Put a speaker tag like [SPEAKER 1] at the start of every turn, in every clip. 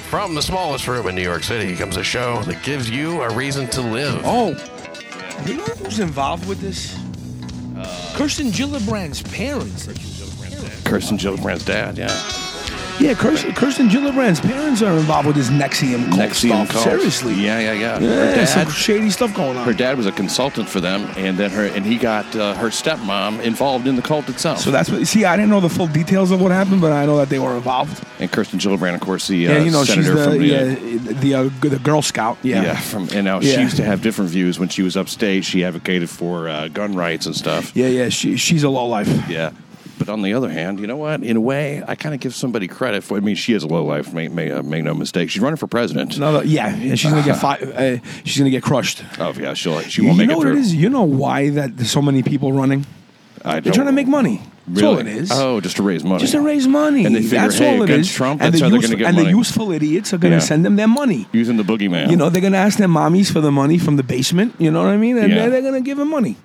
[SPEAKER 1] From the smallest room in New York City comes a show that gives you a reason to live.
[SPEAKER 2] Oh, you know who's involved with this?
[SPEAKER 3] Uh,
[SPEAKER 2] Kirsten Gillibrand's parents.
[SPEAKER 3] Kirsten Gillibrand's dad, yeah.
[SPEAKER 2] Yeah, Kirsten, Kirsten Gillibrand's parents are involved with this Nexium cult
[SPEAKER 3] Nexium
[SPEAKER 2] stuff.
[SPEAKER 3] cult.
[SPEAKER 2] Seriously.
[SPEAKER 3] Yeah, yeah, yeah.
[SPEAKER 2] Yeah,
[SPEAKER 3] her, dad,
[SPEAKER 2] some shady stuff going on.
[SPEAKER 3] her dad was a consultant for them, and then her and he got uh, her stepmom involved in the cult itself.
[SPEAKER 2] So that's what. See, I didn't know the full details of what happened, but I know that they were involved.
[SPEAKER 3] and Kirsten Gillibrand, of course, the uh,
[SPEAKER 2] yeah, you know,
[SPEAKER 3] senator
[SPEAKER 2] she's the
[SPEAKER 3] from the, uh,
[SPEAKER 2] yeah, the uh, g- the Girl Scout. Yeah.
[SPEAKER 3] Yeah. from and now
[SPEAKER 2] Yeah.
[SPEAKER 3] she used to have different views when she was upstate. She advocated for uh, gun rights and stuff.
[SPEAKER 2] yeah, yeah, She she's a low life.
[SPEAKER 3] Yeah. But on the other hand, you know what? In a way, I kind of give somebody credit for. I mean, she is a low life. Make, make, uh, make no mistake. She's running for president.
[SPEAKER 2] Another, yeah, yeah, she's gonna get fi- uh, she's gonna get crushed.
[SPEAKER 3] Oh yeah, she'll she won't
[SPEAKER 2] you
[SPEAKER 3] make
[SPEAKER 2] know
[SPEAKER 3] it
[SPEAKER 2] what
[SPEAKER 3] through.
[SPEAKER 2] it is? You know why that there's so many people running?
[SPEAKER 3] I
[SPEAKER 2] They're
[SPEAKER 3] don't-
[SPEAKER 2] trying to make money. That's
[SPEAKER 3] Really?
[SPEAKER 2] all it is.
[SPEAKER 3] Oh, just to raise money.
[SPEAKER 2] Just to raise money.
[SPEAKER 3] And they figure,
[SPEAKER 2] that's
[SPEAKER 3] hey,
[SPEAKER 2] all it
[SPEAKER 3] against
[SPEAKER 2] is.
[SPEAKER 3] Trump,
[SPEAKER 2] and
[SPEAKER 3] that's
[SPEAKER 2] the
[SPEAKER 3] how they're
[SPEAKER 2] useful-
[SPEAKER 3] gonna get
[SPEAKER 2] And
[SPEAKER 3] money.
[SPEAKER 2] the useful idiots are going to
[SPEAKER 3] Yeah.
[SPEAKER 2] send them their money.
[SPEAKER 3] using the boogeyman.
[SPEAKER 2] You know, they're going to ask their mommies for the money from the basement. You know what I mean? And
[SPEAKER 3] Yeah.
[SPEAKER 2] they're, they're going to give them money.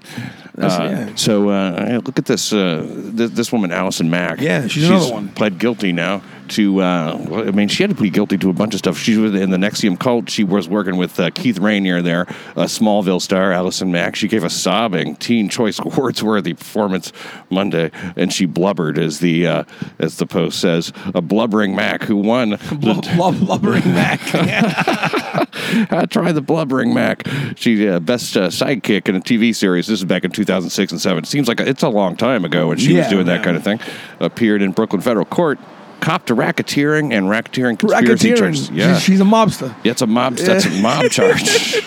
[SPEAKER 2] That's-
[SPEAKER 3] Uh,
[SPEAKER 2] yeah.
[SPEAKER 3] So uh, look at this. Uh, this, this woman, Allison Mack.
[SPEAKER 2] Yeah, she's another one.
[SPEAKER 3] Pled guilty now to. Uh, well, I mean, she had to plead guilty to a bunch of stuff. She was in the Nexium cult. She was working with uh, Keith Rainier there, a Smallville star, Allison Mack. She gave a sobbing Teen Choice Awards worthy performance Monday, and she blubbered, as the uh, as the post says, a blubbering Mack who won.
[SPEAKER 2] Blub-
[SPEAKER 3] the-
[SPEAKER 2] blub- blubbering Mac.
[SPEAKER 3] I tried the blubbering Mac. She uh, best uh, sidekick in a TV series. This is back in 2006 and seven. Seems like a, it's a long time ago when she was
[SPEAKER 2] Yeah,
[SPEAKER 3] doing that
[SPEAKER 2] yeah.
[SPEAKER 3] kind of thing. Appeared in Brooklyn federal court, copped to racketeering and racketeering conspiracy charges.
[SPEAKER 2] Racketeering.
[SPEAKER 3] Yeah,
[SPEAKER 2] She's, she's a mobster.
[SPEAKER 3] yeah, it's a mob. That's a mob charge.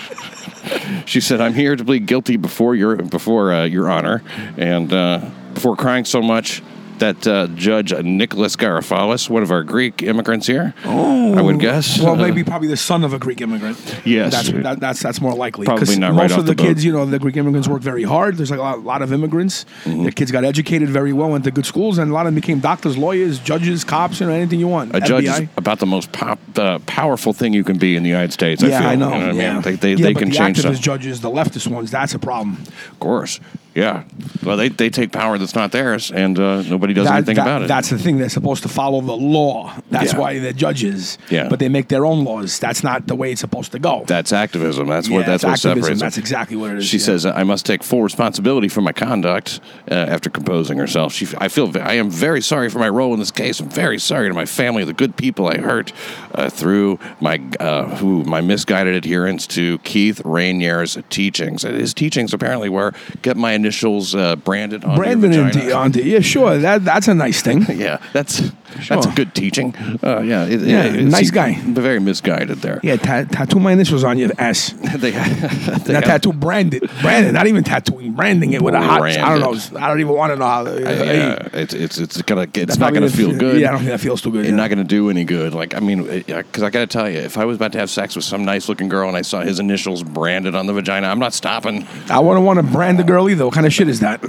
[SPEAKER 3] she said, "I'm here to plead guilty before your before uh, your honor, and uh, before crying so much." That uh, Judge Nicholas Garofales, one of our Greek immigrants here, I would guess.
[SPEAKER 2] Oh. Well,
[SPEAKER 3] Uh,
[SPEAKER 2] maybe probably the son of a Greek immigrant.
[SPEAKER 3] Yes.
[SPEAKER 2] that's that, that's that's more likely.
[SPEAKER 3] Probably
[SPEAKER 2] 'Cause
[SPEAKER 3] not
[SPEAKER 2] Most
[SPEAKER 3] right
[SPEAKER 2] of
[SPEAKER 3] off
[SPEAKER 2] the,
[SPEAKER 3] the boat.
[SPEAKER 2] kids, you know, the Greek immigrants work very hard. There's like a lot, lot of immigrants.
[SPEAKER 3] Mm-hmm.
[SPEAKER 2] Their kids got educated very well, went to good schools, and a lot of them became doctors, lawyers, judges, cops, you know, anything you want.
[SPEAKER 3] A judge is
[SPEAKER 2] FBI.
[SPEAKER 3] about the most pop, uh, powerful thing you can be in the United States. I
[SPEAKER 2] yeah,
[SPEAKER 3] feel.
[SPEAKER 2] I
[SPEAKER 3] You
[SPEAKER 2] know.
[SPEAKER 3] what I mean?
[SPEAKER 2] yeah.
[SPEAKER 3] They, they,
[SPEAKER 2] Yeah,
[SPEAKER 3] they
[SPEAKER 2] but
[SPEAKER 3] can
[SPEAKER 2] the
[SPEAKER 3] change
[SPEAKER 2] activist
[SPEAKER 3] stuff.
[SPEAKER 2] judges, the leftist ones. That's a problem.
[SPEAKER 3] of course. Yeah. Well, they, they take power that's not theirs, and uh, nobody does
[SPEAKER 2] That-
[SPEAKER 3] anything
[SPEAKER 2] that-
[SPEAKER 3] about it.
[SPEAKER 2] That's the thing. They're supposed to follow the law. That's
[SPEAKER 3] Yeah.
[SPEAKER 2] why they're judges.
[SPEAKER 3] Yeah.
[SPEAKER 2] But they make their own laws. That's not the way it's supposed to go.
[SPEAKER 3] That's activism. That's
[SPEAKER 2] Yeah,
[SPEAKER 3] what that's
[SPEAKER 2] it's
[SPEAKER 3] what
[SPEAKER 2] activism.
[SPEAKER 3] separates. them.
[SPEAKER 2] That's exactly what it is.
[SPEAKER 3] She
[SPEAKER 2] yeah.
[SPEAKER 3] says, "I must take full responsibility for my conduct." Uh, after composing herself, she, I feel, I am very sorry for my role in this case. I'm very sorry to my family, the good people I hurt uh, through my uh, who my misguided adherence to Keith Rainier's teachings. And His teachings apparently were get my initials uh, branded on
[SPEAKER 2] Brandon
[SPEAKER 3] your
[SPEAKER 2] and
[SPEAKER 3] vagina.
[SPEAKER 2] Deontay. Yeah, sure. That that's a nice thing.
[SPEAKER 3] Yeah, that's that's
[SPEAKER 2] Sure.
[SPEAKER 3] good teaching. Uh, yeah, it-
[SPEAKER 2] Yeah,
[SPEAKER 3] it-
[SPEAKER 2] nice
[SPEAKER 3] he-
[SPEAKER 2] guy.
[SPEAKER 3] Very misguided there.
[SPEAKER 2] Yeah, ta- tattoo my initials on your ass.
[SPEAKER 3] they, they
[SPEAKER 2] Not
[SPEAKER 3] have-
[SPEAKER 2] tattoo branded, branded. Not even tattooing, branding it with a hot. I don't know. I don't even want to know how.
[SPEAKER 3] yeah, uh, it's it's it's gonna it's not gonna feel good.
[SPEAKER 2] Yeah, I don't think that feels too good.
[SPEAKER 3] It's
[SPEAKER 2] yeah.
[SPEAKER 3] not gonna do any good. Like I mean, because I gotta tell you, if I was about to have sex with some nice looking girl and I saw his initials branded on the vagina, I'm not stopping.
[SPEAKER 2] I wouldn't want to brand the girl either. What kind of shit is that?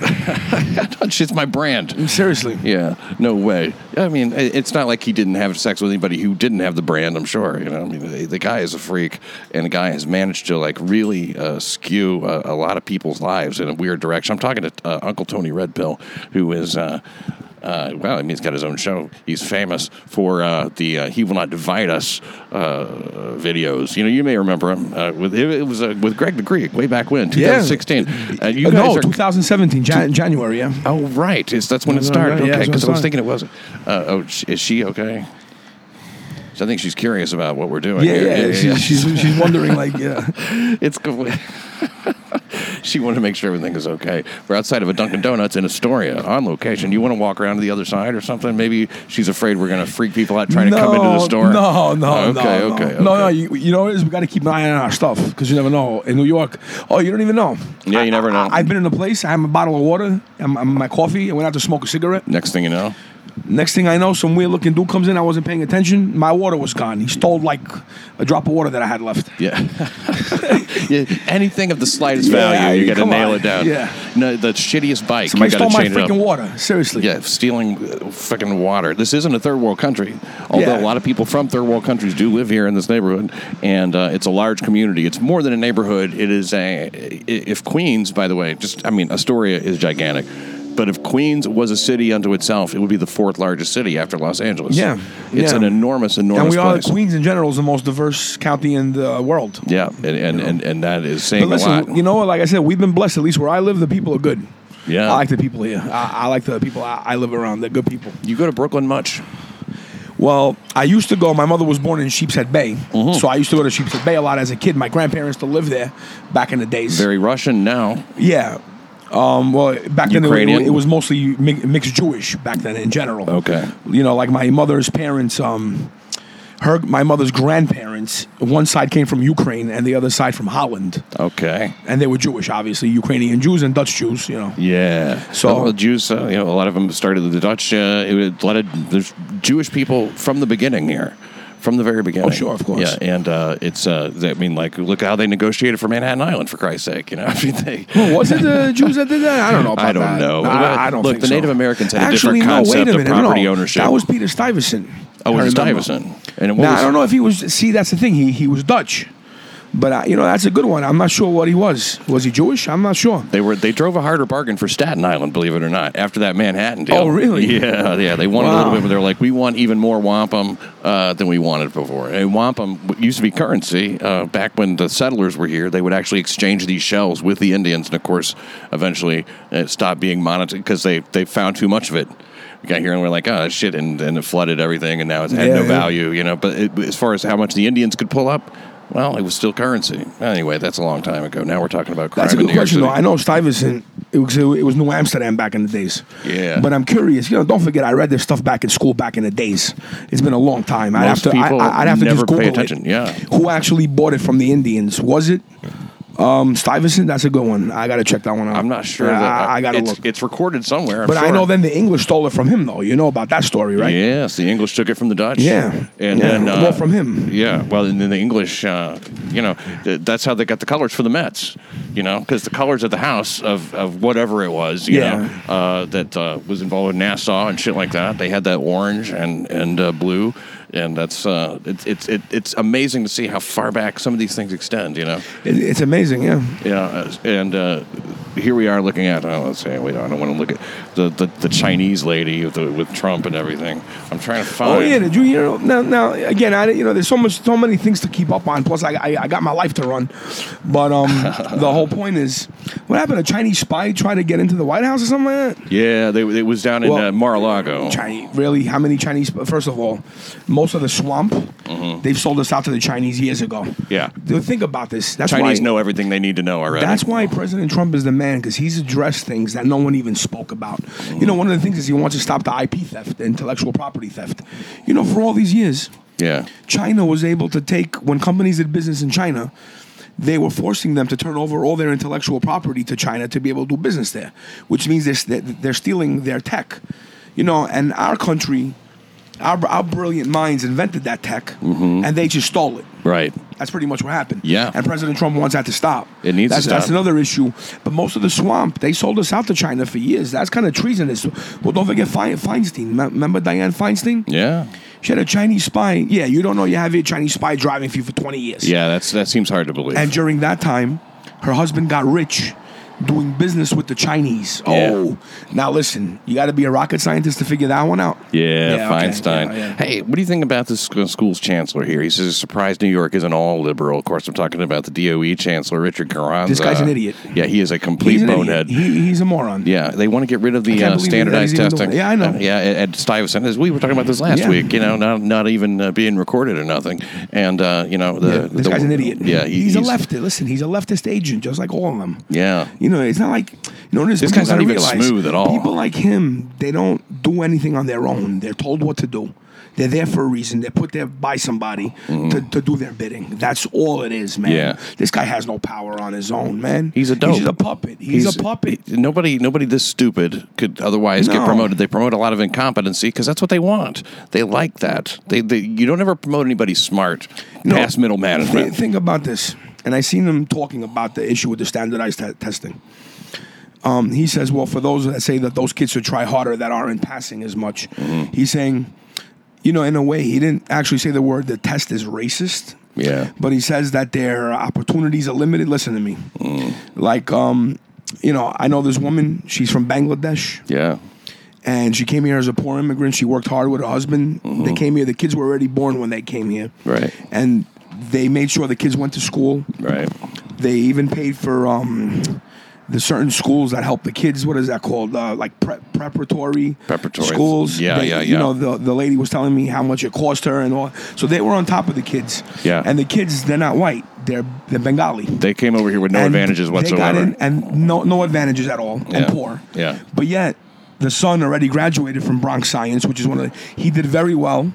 [SPEAKER 3] it's my brand.
[SPEAKER 2] Seriously.
[SPEAKER 3] Yeah, no way. I mean, i- it's not like he didn't have sex with anybody who didn't have the brand. I'm sure. You know, I mean, the, the guy is a freak, and the guy has managed to like really uh, skew a, a lot of people's lives in a weird direction. I'm talking to uh, Uncle Tony Red Pill, who is. Uh, uh, well, I mean, he's got his own show. He's famous for uh, the uh, "He Will Not Divide Us" uh, videos. You know, you may remember him uh, with it, it was uh, with Greg the Greek way back when, 2016. Uh, you
[SPEAKER 2] Uh,
[SPEAKER 3] guys
[SPEAKER 2] no,
[SPEAKER 3] are-
[SPEAKER 2] 2017, Jan- January. Yeah.
[SPEAKER 3] Oh, right. It's, that's when it
[SPEAKER 2] No, no,
[SPEAKER 3] started.
[SPEAKER 2] no, yeah,
[SPEAKER 3] okay,
[SPEAKER 2] that's when
[SPEAKER 3] because
[SPEAKER 2] it
[SPEAKER 3] I was
[SPEAKER 2] started.
[SPEAKER 3] thinking it wasn't. Uh, oh, sh- is she okay? So I think she's curious about what we're doing.
[SPEAKER 2] Yeah,
[SPEAKER 3] here.
[SPEAKER 2] yeah, she's, She's, she's wondering like, yeah,
[SPEAKER 3] it's compl- she wanted to make sure everything is okay. We're outside of a Dunkin' Donuts in Astoria on location. You want to walk around to the other side or something? Maybe she's afraid we're going to freak people out trying to come into the store.
[SPEAKER 2] No, no,
[SPEAKER 3] Oh,
[SPEAKER 2] no,
[SPEAKER 3] okay,
[SPEAKER 2] no.
[SPEAKER 3] okay, okay.
[SPEAKER 2] no, no. You, you know what it is? We got to keep an eye on our stuff because you never know. In New York, oh, you don't even know.
[SPEAKER 3] Yeah, you never know.
[SPEAKER 2] I, have been in a place. I have a bottle of water, and my- my coffee, and went out to smoke a cigarette.
[SPEAKER 3] Next thing you know,
[SPEAKER 2] Next thing I know, some weird looking dude comes in. I wasn't paying attention. My water was gone. He stole like a drop of water that I had left.
[SPEAKER 3] Yeah. yeah. Anything of the slightest
[SPEAKER 2] Yeah,
[SPEAKER 3] value, you got to
[SPEAKER 2] come
[SPEAKER 3] nail
[SPEAKER 2] on.
[SPEAKER 3] it down.
[SPEAKER 2] Yeah.
[SPEAKER 3] No, the shittiest bike,
[SPEAKER 2] Somebody
[SPEAKER 3] you
[SPEAKER 2] stole
[SPEAKER 3] got to
[SPEAKER 2] my
[SPEAKER 3] change it
[SPEAKER 2] freaking
[SPEAKER 3] up.
[SPEAKER 2] water. Seriously.
[SPEAKER 3] Yeah, stealing uh, fucking water. This isn't a third world country, although
[SPEAKER 2] Yeah.
[SPEAKER 3] a lot of people from third world countries do live here in this neighborhood, and uh, it's a large community. It's more than a neighborhood. It is a. If Queens, by the way, just I mean Astoria is gigantic. But if Queens was a city unto itself, it would be the fourth largest city after Los Angeles.
[SPEAKER 2] Yeah,
[SPEAKER 3] It's
[SPEAKER 2] yeah.
[SPEAKER 3] an enormous,
[SPEAKER 2] and
[SPEAKER 3] enormous
[SPEAKER 2] we are
[SPEAKER 3] place.
[SPEAKER 2] Queens in general is the most diverse county in the world.
[SPEAKER 3] Yeah, and and, and, and that is
[SPEAKER 2] But
[SPEAKER 3] saying a lot.
[SPEAKER 2] listen, you know, what? like I said, we've been blessed. At least where I live, the people are good.
[SPEAKER 3] Yeah.
[SPEAKER 2] I like the people here. I, I like the people I, I live around. They're good people.
[SPEAKER 3] you go to Brooklyn much?
[SPEAKER 2] Well, I used to go. My mother was born in Sheepshead Bay,
[SPEAKER 3] Mm-hmm.
[SPEAKER 2] so I used to go to Sheepshead Bay a lot as a kid. My grandparents still lived there back in the days.
[SPEAKER 3] Very Russian now.
[SPEAKER 2] yeah. Um, well, back then it was,
[SPEAKER 3] Ukrainian?
[SPEAKER 2] it was mostly mi- mixed Jewish back then in general.
[SPEAKER 3] Okay.
[SPEAKER 2] You know, like my mother's parents, um, her my mother's grandparents, one side came from Ukraine and the other side from Holland,
[SPEAKER 3] Okay.
[SPEAKER 2] and they were Jewish, obviously Ukrainian Jews and Dutch Jews. You know.
[SPEAKER 3] Yeah.
[SPEAKER 2] So-
[SPEAKER 3] Well, the Jews, uh, you know, a lot of them started the Dutch. Uh, it was a lot of there's Jewish people from the beginning here, from the very beginning.
[SPEAKER 2] Oh, sure, of course.
[SPEAKER 3] Yeah, and uh, it's uh, I mean, like, look how they negotiated for Manhattan Island for Christ's sake. You know, I mean, they.
[SPEAKER 2] Was it the Jews that did that? I don't know. About
[SPEAKER 3] I don't
[SPEAKER 2] that.
[SPEAKER 3] know.
[SPEAKER 2] No, I, I don't
[SPEAKER 3] Look,
[SPEAKER 2] think
[SPEAKER 3] the
[SPEAKER 2] so.
[SPEAKER 3] Native Americans had a
[SPEAKER 2] Actually,
[SPEAKER 3] different
[SPEAKER 2] no, wait
[SPEAKER 3] concept
[SPEAKER 2] a
[SPEAKER 3] of
[SPEAKER 2] minute.
[SPEAKER 3] property
[SPEAKER 2] no,
[SPEAKER 3] ownership.
[SPEAKER 2] That was Peter Stuyvesant.
[SPEAKER 3] Oh,
[SPEAKER 2] I
[SPEAKER 3] it was
[SPEAKER 2] remember.
[SPEAKER 3] Stuyvesant. And what
[SPEAKER 2] Now,
[SPEAKER 3] was-
[SPEAKER 2] I don't know if he was. See, that's the thing. He he was Dutch, but I, you know that's a good one. I'm not sure what he was. Was he Jewish? I'm not sure.
[SPEAKER 3] They were they drove a harder bargain for Staten Island, believe it or not, after that Manhattan deal.
[SPEAKER 2] Oh, really?
[SPEAKER 3] Yeah, yeah. They wanted a
[SPEAKER 2] Wow.
[SPEAKER 3] little bit, but they're like, we want even more wampum uh, than we wanted before. And wampum w- used to be currency uh, back when the settlers were here. They would actually exchange these shells with the Indians, and of course, eventually it stopped being monetary because they they found too much of it. We got here and we're like, oh shit, and, and it flooded everything, and now it's had
[SPEAKER 2] Yeah,
[SPEAKER 3] no
[SPEAKER 2] yeah.
[SPEAKER 3] value, you know. But it, as far as how much the Indians could pull up. Well, it was still currency. Anyway, that's a long time ago. Now we're talking about crime
[SPEAKER 2] That's a
[SPEAKER 3] in
[SPEAKER 2] good
[SPEAKER 3] New York
[SPEAKER 2] question, though.
[SPEAKER 3] City.
[SPEAKER 2] I know Stuyvesant. It was, it was New Amsterdam back in the days.
[SPEAKER 3] Yeah.
[SPEAKER 2] But I'm curious. You know, don't forget, I read this stuff back in school, back in the days. It's been a long time. I'd
[SPEAKER 3] Most
[SPEAKER 2] have to. I,
[SPEAKER 3] people
[SPEAKER 2] I- I'd have to
[SPEAKER 3] never
[SPEAKER 2] just
[SPEAKER 3] pay
[SPEAKER 2] Google
[SPEAKER 3] attention,
[SPEAKER 2] It.
[SPEAKER 3] yeah.
[SPEAKER 2] Who actually bought it from the Indians? Was it um, Stuyvesant? That's a good one. I got to check that one out.
[SPEAKER 3] I'm not sure.
[SPEAKER 2] Yeah,
[SPEAKER 3] that, uh,
[SPEAKER 2] I, I got to
[SPEAKER 3] it's,
[SPEAKER 2] look.
[SPEAKER 3] It's recorded somewhere. I'm
[SPEAKER 2] but I
[SPEAKER 3] sure.
[SPEAKER 2] know then the English stole it from him, though. You know about that story, right?
[SPEAKER 3] Yes, the English took it from the Dutch.
[SPEAKER 2] Yeah.
[SPEAKER 3] and
[SPEAKER 2] Yeah.
[SPEAKER 3] then uh,
[SPEAKER 2] Well, from him.
[SPEAKER 3] Yeah, well, and then the English, uh, you know, th- that's how they got the colors for the Mets. You know, because the colors of the house of, of whatever it was, you
[SPEAKER 2] Yeah.
[SPEAKER 3] know, uh, that uh, was involved with Nassau and shit like that. They had that orange and and uh, blue, and that's uh, it's it's it, it's amazing to see how far back some of these things extend. You know.
[SPEAKER 2] It, it's amazing, yeah.
[SPEAKER 3] Yeah, uh, and uh, here we are looking at. Oh, let's say wait. I don't want to look at the, the, the Chinese lady with, the, with Trump and everything. I'm trying to find.
[SPEAKER 2] Oh yeah, did you hear? Now, now again, I you know, there's so much, so many things to keep up on. Plus, I, I, I got my life to run. But um, the whole point is, what happened? A Chinese spy tried to get into the White House or something like that.
[SPEAKER 3] Yeah, they, it was down in
[SPEAKER 2] Well,
[SPEAKER 3] uh, Mar-a-Lago.
[SPEAKER 2] Chinese, really? How many Chinese? First of all, most of the swamp they've sold us out to the Chinese years ago.
[SPEAKER 3] Mm-hmm. Yeah.
[SPEAKER 2] Dude, think about this. That's
[SPEAKER 3] Chinese
[SPEAKER 2] why,
[SPEAKER 3] know everything they need to know already.
[SPEAKER 2] That's why President Trump is the man because he's addressed things that no one even spoke about.
[SPEAKER 3] Mm-hmm.
[SPEAKER 2] You know, one of the things is he wants to stop the IP theft, the intellectual property theft. You know, for all these years,
[SPEAKER 3] yeah.
[SPEAKER 2] China was able to take when companies did business in China, they were forcing them to turn over all their intellectual property to China to be able to do business there, which means they're they're stealing their tech, you know. And our country, our our brilliant minds invented that tech, and they just stole it.
[SPEAKER 3] Right.
[SPEAKER 2] That's pretty much what happened.
[SPEAKER 3] Mm-hmm. Yeah.
[SPEAKER 2] And President Trump wants that to stop.
[SPEAKER 3] It needs to
[SPEAKER 2] that's, That's
[SPEAKER 3] stop.
[SPEAKER 2] another issue. But most of the swamp, they sold us out to China for years. That's kind of treasonous. Well, don't forget Fein- Feinstein. Me- Remember Diane Feinstein?
[SPEAKER 3] Yeah.
[SPEAKER 2] She had a Chinese spy. Yeah, you don't know you have your Chinese spy driving for you for 20 years.
[SPEAKER 3] Yeah. That's that seems hard to believe.
[SPEAKER 2] And during that time, her husband got rich doing business with the Chinese.
[SPEAKER 3] Yeah.
[SPEAKER 2] Oh, now listen, you got to be a rocket scientist to figure that one out.
[SPEAKER 3] Yeah,
[SPEAKER 2] okay,
[SPEAKER 3] Feinstein.
[SPEAKER 2] yeah, yeah.
[SPEAKER 3] Hey, what do you think about this sc- school's chancellor here? He says, surprised New York isn't all liberal. Of course, I'm talking about the DOE chancellor, Richard Carranza.
[SPEAKER 2] This guy's an idiot.
[SPEAKER 3] Yeah, he is a complete
[SPEAKER 2] He's an
[SPEAKER 3] bonehead.
[SPEAKER 2] idiot. He, he's a moron.
[SPEAKER 3] Yeah, they want to get rid of
[SPEAKER 2] I
[SPEAKER 3] the
[SPEAKER 2] can't
[SPEAKER 3] uh,
[SPEAKER 2] believe
[SPEAKER 3] standardized
[SPEAKER 2] that he's even
[SPEAKER 3] testing.
[SPEAKER 2] doing- yeah, I know.
[SPEAKER 3] Uh, yeah, at, at Stuyvesant, as we were talking about this last
[SPEAKER 2] Yeah.
[SPEAKER 3] week, you know, not not even uh, being recorded or nothing. And uh, you know, the,
[SPEAKER 2] Yeah, this
[SPEAKER 3] the-
[SPEAKER 2] guy's an idiot.
[SPEAKER 3] Yeah, he-
[SPEAKER 2] he's, a leftist. Listen, he's a leftist agent, just like all of them.
[SPEAKER 3] Yeah.
[SPEAKER 2] You know, it's not like you know. This,
[SPEAKER 3] guy's not even smooth at all.
[SPEAKER 2] People like him, they don't do anything on their own. They're told what to do. They're there for a reason. They're put there by somebody to, to do their bidding. That's all it is, man.
[SPEAKER 3] Mm. Yeah.
[SPEAKER 2] This guy has no power on his own, man.
[SPEAKER 3] He's a dope.
[SPEAKER 2] He's just a puppet. He's, a puppet.
[SPEAKER 3] Nobody, nobody this stupid could otherwise get
[SPEAKER 2] No.
[SPEAKER 3] promoted. They promote a lot of incompetency because that's what they want. They like that. They, they you don't ever promote anybody smart
[SPEAKER 2] No.
[SPEAKER 3] past middle
[SPEAKER 2] Th-
[SPEAKER 3] management.
[SPEAKER 2] think about this. And I seen him talking about the issue with the standardized te- testing. Um, he says, well, for those that say that those kids should try harder that aren't passing as much,
[SPEAKER 3] Mm-hmm.
[SPEAKER 2] he's saying, you know, in a way, he didn't actually say the word the test is racist.
[SPEAKER 3] Yeah. Mm.
[SPEAKER 2] But he says that their opportunities are limited. Listen to me. Like, um, you know, I know this woman. She's from Bangladesh,
[SPEAKER 3] Yeah.
[SPEAKER 2] and she came here as a poor immigrant. She worked hard with her husband. They came here. The kids were already born when they came here,
[SPEAKER 3] Mm-hmm. Right.
[SPEAKER 2] And they made sure the kids went to school.
[SPEAKER 3] Right.
[SPEAKER 2] They even paid for um, the certain schools that help the kids. What is that called? Uh, like pre- preparatory,
[SPEAKER 3] Preparatory.
[SPEAKER 2] schools.
[SPEAKER 3] Yeah,
[SPEAKER 2] They-
[SPEAKER 3] yeah,
[SPEAKER 2] You
[SPEAKER 3] yeah.
[SPEAKER 2] know, the the lady was telling me how much it cost her and all. So they were on top of the kids.
[SPEAKER 3] Yeah.
[SPEAKER 2] and the kids they're not white. They're they're Bengali.
[SPEAKER 3] They came over here with no
[SPEAKER 2] And
[SPEAKER 3] advantages
[SPEAKER 2] They got
[SPEAKER 3] whatsoever.
[SPEAKER 2] in and no no advantages at all,
[SPEAKER 3] Yeah.
[SPEAKER 2] and poor.
[SPEAKER 3] Yeah.
[SPEAKER 2] But yet, the son already graduated from Bronx Science, which is one of the, he did very well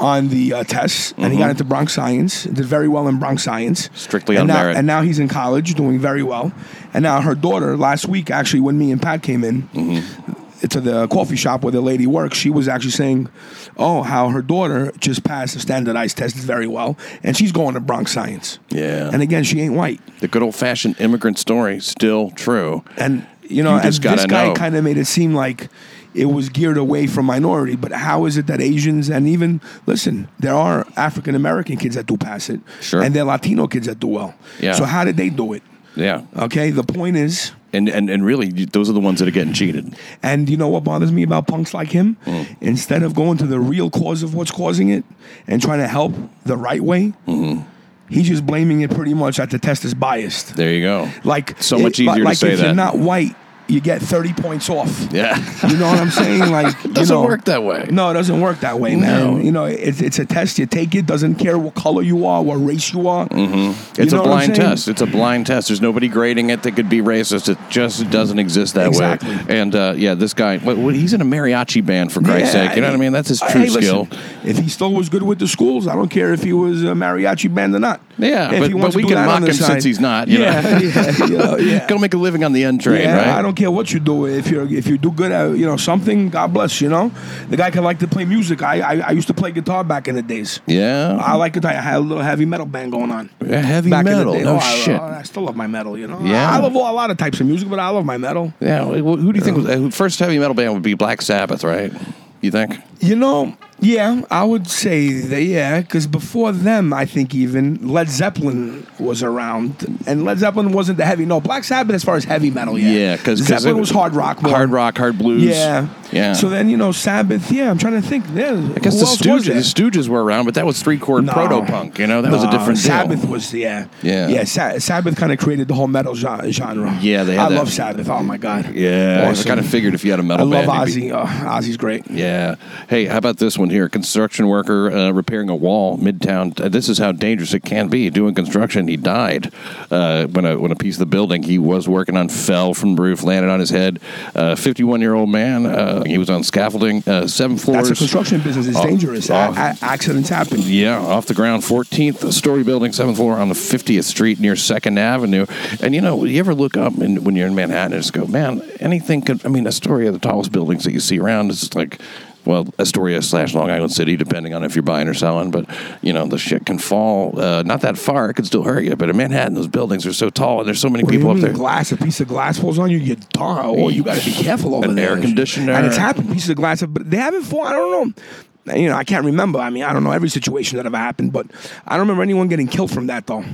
[SPEAKER 2] on the uh, tests, and he got into Bronx Science. Did very well in Bronx Science.
[SPEAKER 3] Mm-hmm. Strictly
[SPEAKER 2] and
[SPEAKER 3] on
[SPEAKER 2] now,
[SPEAKER 3] merit.
[SPEAKER 2] And now he's in college, doing very well. And now her daughter last week, actually, when me and Pat came in.
[SPEAKER 3] Mm-hmm.
[SPEAKER 2] To the coffee shop where the lady works, she was actually saying, "Oh, how her daughter just passed the standardized test very well, and she's going to Bronx Science."
[SPEAKER 3] Yeah.
[SPEAKER 2] and again, she ain't white.
[SPEAKER 3] the good old fashioned immigrant story still true.
[SPEAKER 2] And you know,
[SPEAKER 3] You just
[SPEAKER 2] and this
[SPEAKER 3] gotta
[SPEAKER 2] guy
[SPEAKER 3] know.
[SPEAKER 2] kind of made it seem like it was geared away from minority. But how is it that Asians and even listen, there are African American kids that do pass it,
[SPEAKER 3] Sure.
[SPEAKER 2] and there are Latino kids that do well.
[SPEAKER 3] Yeah.
[SPEAKER 2] So how did they do it?
[SPEAKER 3] Yeah.
[SPEAKER 2] Okay. The point is,
[SPEAKER 3] And, and and really, you- those are the ones that are getting cheated.
[SPEAKER 2] and you know what bothers me about punks like him?
[SPEAKER 3] Mm.
[SPEAKER 2] Instead of going to the real cause of what's causing it and trying to help the right way,
[SPEAKER 3] Mm-hmm.
[SPEAKER 2] he's just blaming it pretty much that the test is biased.
[SPEAKER 3] There you go.
[SPEAKER 2] Like
[SPEAKER 3] So much
[SPEAKER 2] it-
[SPEAKER 3] easier to
[SPEAKER 2] like
[SPEAKER 3] say
[SPEAKER 2] if you're
[SPEAKER 3] that.
[SPEAKER 2] not white, you get thirty points off.
[SPEAKER 3] yeah.
[SPEAKER 2] You know what I'm saying? Like you
[SPEAKER 3] Doesn't
[SPEAKER 2] know-
[SPEAKER 3] work that way.
[SPEAKER 2] No, it doesn't work that way, man.
[SPEAKER 3] No.
[SPEAKER 2] You know, it's it's a test. You take it. Doesn't care what color you are, what race you are. Mm-hmm.
[SPEAKER 3] It's a blind test. It's a blind test. There's nobody grading it that could be racist. It just doesn't exist that
[SPEAKER 2] Exactly.
[SPEAKER 3] way. And uh, yeah, this guy, what, what, he's in a mariachi band for
[SPEAKER 2] Yeah,
[SPEAKER 3] Christ's sake. You know what I mean? That's his
[SPEAKER 2] I-
[SPEAKER 3] true
[SPEAKER 2] hey, listen,
[SPEAKER 3] skill.
[SPEAKER 2] if he still was good with the schools, I don't care if he was a mariachi band or not.
[SPEAKER 3] Yeah,
[SPEAKER 2] If
[SPEAKER 3] but-
[SPEAKER 2] he wants
[SPEAKER 3] but we
[SPEAKER 2] to do
[SPEAKER 3] can
[SPEAKER 2] that
[SPEAKER 3] mock
[SPEAKER 2] on the
[SPEAKER 3] him since
[SPEAKER 2] side-
[SPEAKER 3] he's not, you
[SPEAKER 2] yeah,
[SPEAKER 3] know?
[SPEAKER 2] yeah, you know, yeah.
[SPEAKER 3] Gonna make a living on the untrained,
[SPEAKER 2] Yeah,
[SPEAKER 3] right?
[SPEAKER 2] I don't care what you do. If you're if you do good at you know something, God bless. You know, the guy can like to play music. I I, I used to play guitar back in the days.
[SPEAKER 3] Yeah.
[SPEAKER 2] I like guitar. I had a little heavy metal band going on.
[SPEAKER 3] Yeah, heavy
[SPEAKER 2] back
[SPEAKER 3] metal.
[SPEAKER 2] In the day. Oh,
[SPEAKER 3] No
[SPEAKER 2] I-
[SPEAKER 3] shit.
[SPEAKER 2] I, I still love my metal. You know.
[SPEAKER 3] Yeah.
[SPEAKER 2] I, I love all, a lot of types of music, but I love my metal.
[SPEAKER 3] Yeah. Who who do you think was uh, first heavy metal band would be Black Sabbath, right? You think?
[SPEAKER 2] You know. Yeah, I would say that. Yeah, because before them, I think even Led Zeppelin was around, and Led Zeppelin wasn't the heavy. No, Black Sabbath as far as heavy metal. Yeah. Zeppelin
[SPEAKER 3] it-
[SPEAKER 2] was hard rock. more.
[SPEAKER 3] hard rock, hard blues.
[SPEAKER 2] Yeah.
[SPEAKER 3] Yeah.
[SPEAKER 2] So then you know Sabbath. Yeah, I'm trying to think. Yeah,
[SPEAKER 3] I guess the Stooges, the Stooges were around, but that was three chord
[SPEAKER 2] No.
[SPEAKER 3] proto punk. You know, that was a
[SPEAKER 2] Uh,
[SPEAKER 3] different deal.
[SPEAKER 2] Sabbath was yeah
[SPEAKER 3] Yeah.
[SPEAKER 2] yeah Sa- Sabbath kind of created the whole metal gen- genre.
[SPEAKER 3] Yeah, they had
[SPEAKER 2] I
[SPEAKER 3] that-
[SPEAKER 2] love Sabbath. Oh my god.
[SPEAKER 3] Yeah,
[SPEAKER 2] Awesome.
[SPEAKER 3] I kind of figured if you had a
[SPEAKER 2] I
[SPEAKER 3] metal
[SPEAKER 2] love
[SPEAKER 3] band, it'd be-
[SPEAKER 2] Ozzy. Oh, Ozzy's great.
[SPEAKER 3] Yeah. Hey, how about this one here? Construction worker uh, repairing a wall midtown. Uh, This is how dangerous it can be. Doing construction, he died uh, when a when a piece of the building he was working on fell from the roof, landed on his head. Fifty one year old man. Uh, he was on scaffolding, uh, seven floors.
[SPEAKER 2] That's a construction business. It's
[SPEAKER 3] Oh,
[SPEAKER 2] dangerous. A-
[SPEAKER 3] oh.
[SPEAKER 2] a- accidents happen.
[SPEAKER 3] Yeah, off the ground, 14th story building, 7th floor on the 50th Street near 2nd Avenue. And you know, you ever look up and when you're in Manhattan and just go, man, anything could, I mean, Astoria, the tallest buildings that you see around is like, well, Astoria slash Long Island City, depending on if you're buying or selling. But, you know, the shit can fall uh, not that far. It could still hurt you. But in Manhattan, those buildings are so tall and there's so many
[SPEAKER 2] What do you
[SPEAKER 3] people up
[SPEAKER 2] mean,
[SPEAKER 3] there.
[SPEAKER 2] Glass, a piece of glass falls on you, you're done. Oh, you got to be careful over
[SPEAKER 3] An
[SPEAKER 2] there.
[SPEAKER 3] air conditioner.
[SPEAKER 2] And it's happened. Pieces of glass, have- but they haven't fallen. I don't know. You know, I can't remember. I mean, I don't know every situation that ever happened, but I don't remember anyone getting killed from that though.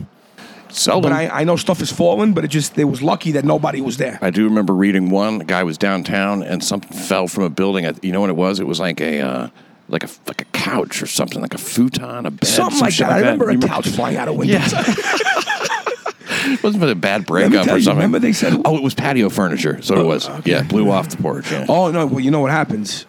[SPEAKER 3] Seldom.
[SPEAKER 2] But I, I know stuff has fallen, but it just it was lucky that nobody was there.
[SPEAKER 3] I do remember reading one. A guy was downtown and something fell from a building. You know what it was? It was like a uh, like a like a couch or something, like a futon, a bed,
[SPEAKER 2] Something
[SPEAKER 3] some
[SPEAKER 2] like
[SPEAKER 3] shit
[SPEAKER 2] that. I remember
[SPEAKER 3] You
[SPEAKER 2] a couch flying out of window.
[SPEAKER 3] Yeah. It wasn't for a bad
[SPEAKER 2] me
[SPEAKER 3] breakup
[SPEAKER 2] tell
[SPEAKER 3] or
[SPEAKER 2] you,
[SPEAKER 3] something.
[SPEAKER 2] remember they said-
[SPEAKER 3] Oh, it was patio furniture. So it was. Yeah, blew off the porch. Yeah.
[SPEAKER 2] Oh no! Well, you know what happens.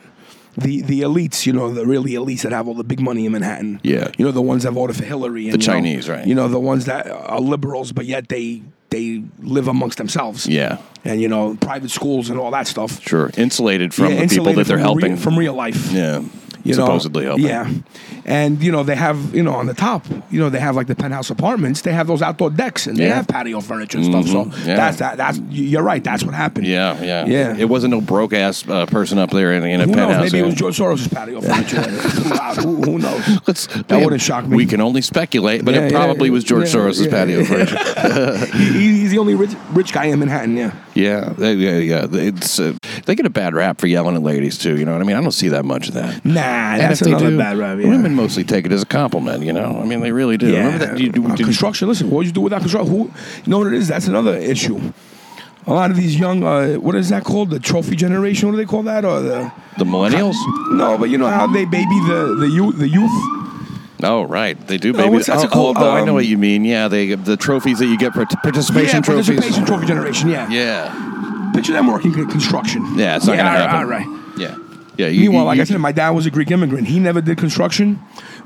[SPEAKER 2] The the elites, you know, the really elites that have all the big money in Manhattan.
[SPEAKER 3] Yeah.
[SPEAKER 2] You know the ones that voted for Hillary. And, the
[SPEAKER 3] Chinese, right.
[SPEAKER 2] You know the ones that are liberals, but yet they they live amongst themselves.
[SPEAKER 3] Yeah.
[SPEAKER 2] And you know private schools and all that stuff.
[SPEAKER 3] Sure. Insulated from
[SPEAKER 2] Yeah,
[SPEAKER 3] the people
[SPEAKER 2] insulated
[SPEAKER 3] that they're
[SPEAKER 2] from
[SPEAKER 3] helping.
[SPEAKER 2] real, from real life.
[SPEAKER 3] yeah.
[SPEAKER 2] You know,
[SPEAKER 3] supposedly helping.
[SPEAKER 2] Yeah, and you know they have you know on the top, you know they have like the penthouse apartments. They have those outdoor decks and they
[SPEAKER 3] Yeah. Mm-hmm.
[SPEAKER 2] have patio furniture and stuff. So
[SPEAKER 3] yeah.
[SPEAKER 2] that's that. That's you're right. That's what happened.
[SPEAKER 3] Yeah, yeah,
[SPEAKER 2] Yeah.
[SPEAKER 3] It wasn't no broke ass uh, person up there in, in a
[SPEAKER 2] Who knows?
[SPEAKER 3] penthouse.
[SPEAKER 2] Maybe it
[SPEAKER 3] yeah.
[SPEAKER 2] was George Soros' patio furniture. who, who knows?
[SPEAKER 3] Let's-
[SPEAKER 2] that wouldn't shock me.
[SPEAKER 3] We can only speculate, but
[SPEAKER 2] Yeah,
[SPEAKER 3] it
[SPEAKER 2] yeah,
[SPEAKER 3] probably
[SPEAKER 2] yeah,
[SPEAKER 3] was George
[SPEAKER 2] yeah,
[SPEAKER 3] Soros's
[SPEAKER 2] yeah,
[SPEAKER 3] patio furniture.
[SPEAKER 2] He, he's the only rich, rich guy in Manhattan. Yeah.
[SPEAKER 3] Yeah, they- yeah, yeah. It's uh, they get a bad rap for yelling at ladies too. You know what I mean? I don't see that much of that.
[SPEAKER 2] Nah,
[SPEAKER 3] And
[SPEAKER 2] that's
[SPEAKER 3] if they
[SPEAKER 2] another
[SPEAKER 3] do,
[SPEAKER 2] bad rap. Yeah.
[SPEAKER 3] Women mostly take it as a compliment. You know, I mean, they really do.
[SPEAKER 2] yeah.
[SPEAKER 3] Remember that? You,
[SPEAKER 2] Uh,
[SPEAKER 3] did you-
[SPEAKER 2] construction. Listen, what you do without construction? Who? You know what it is? That's another issue. a lot of these young, uh, what is that called? The trophy generation? What do they call that? Or the
[SPEAKER 3] The millennials?
[SPEAKER 2] no, but you know how they baby the the youth. The youth.
[SPEAKER 3] Oh, right. They do, baby.
[SPEAKER 2] what's that
[SPEAKER 3] oh, oh,
[SPEAKER 2] called?
[SPEAKER 3] oh, I know
[SPEAKER 2] Um,
[SPEAKER 3] what you mean. Yeah, they the trophies that you get, part- participation
[SPEAKER 2] yeah,
[SPEAKER 3] trophies.
[SPEAKER 2] participation trophy generation. Yeah.
[SPEAKER 3] Yeah.
[SPEAKER 2] Picture them working in construction.
[SPEAKER 3] Yeah, it's not going to happen.
[SPEAKER 2] All right.
[SPEAKER 3] Yeah. Yeah. You,
[SPEAKER 2] Meanwhile,
[SPEAKER 3] you-
[SPEAKER 2] like I
[SPEAKER 3] you-
[SPEAKER 2] said, my dad was a Greek immigrant. He never did construction,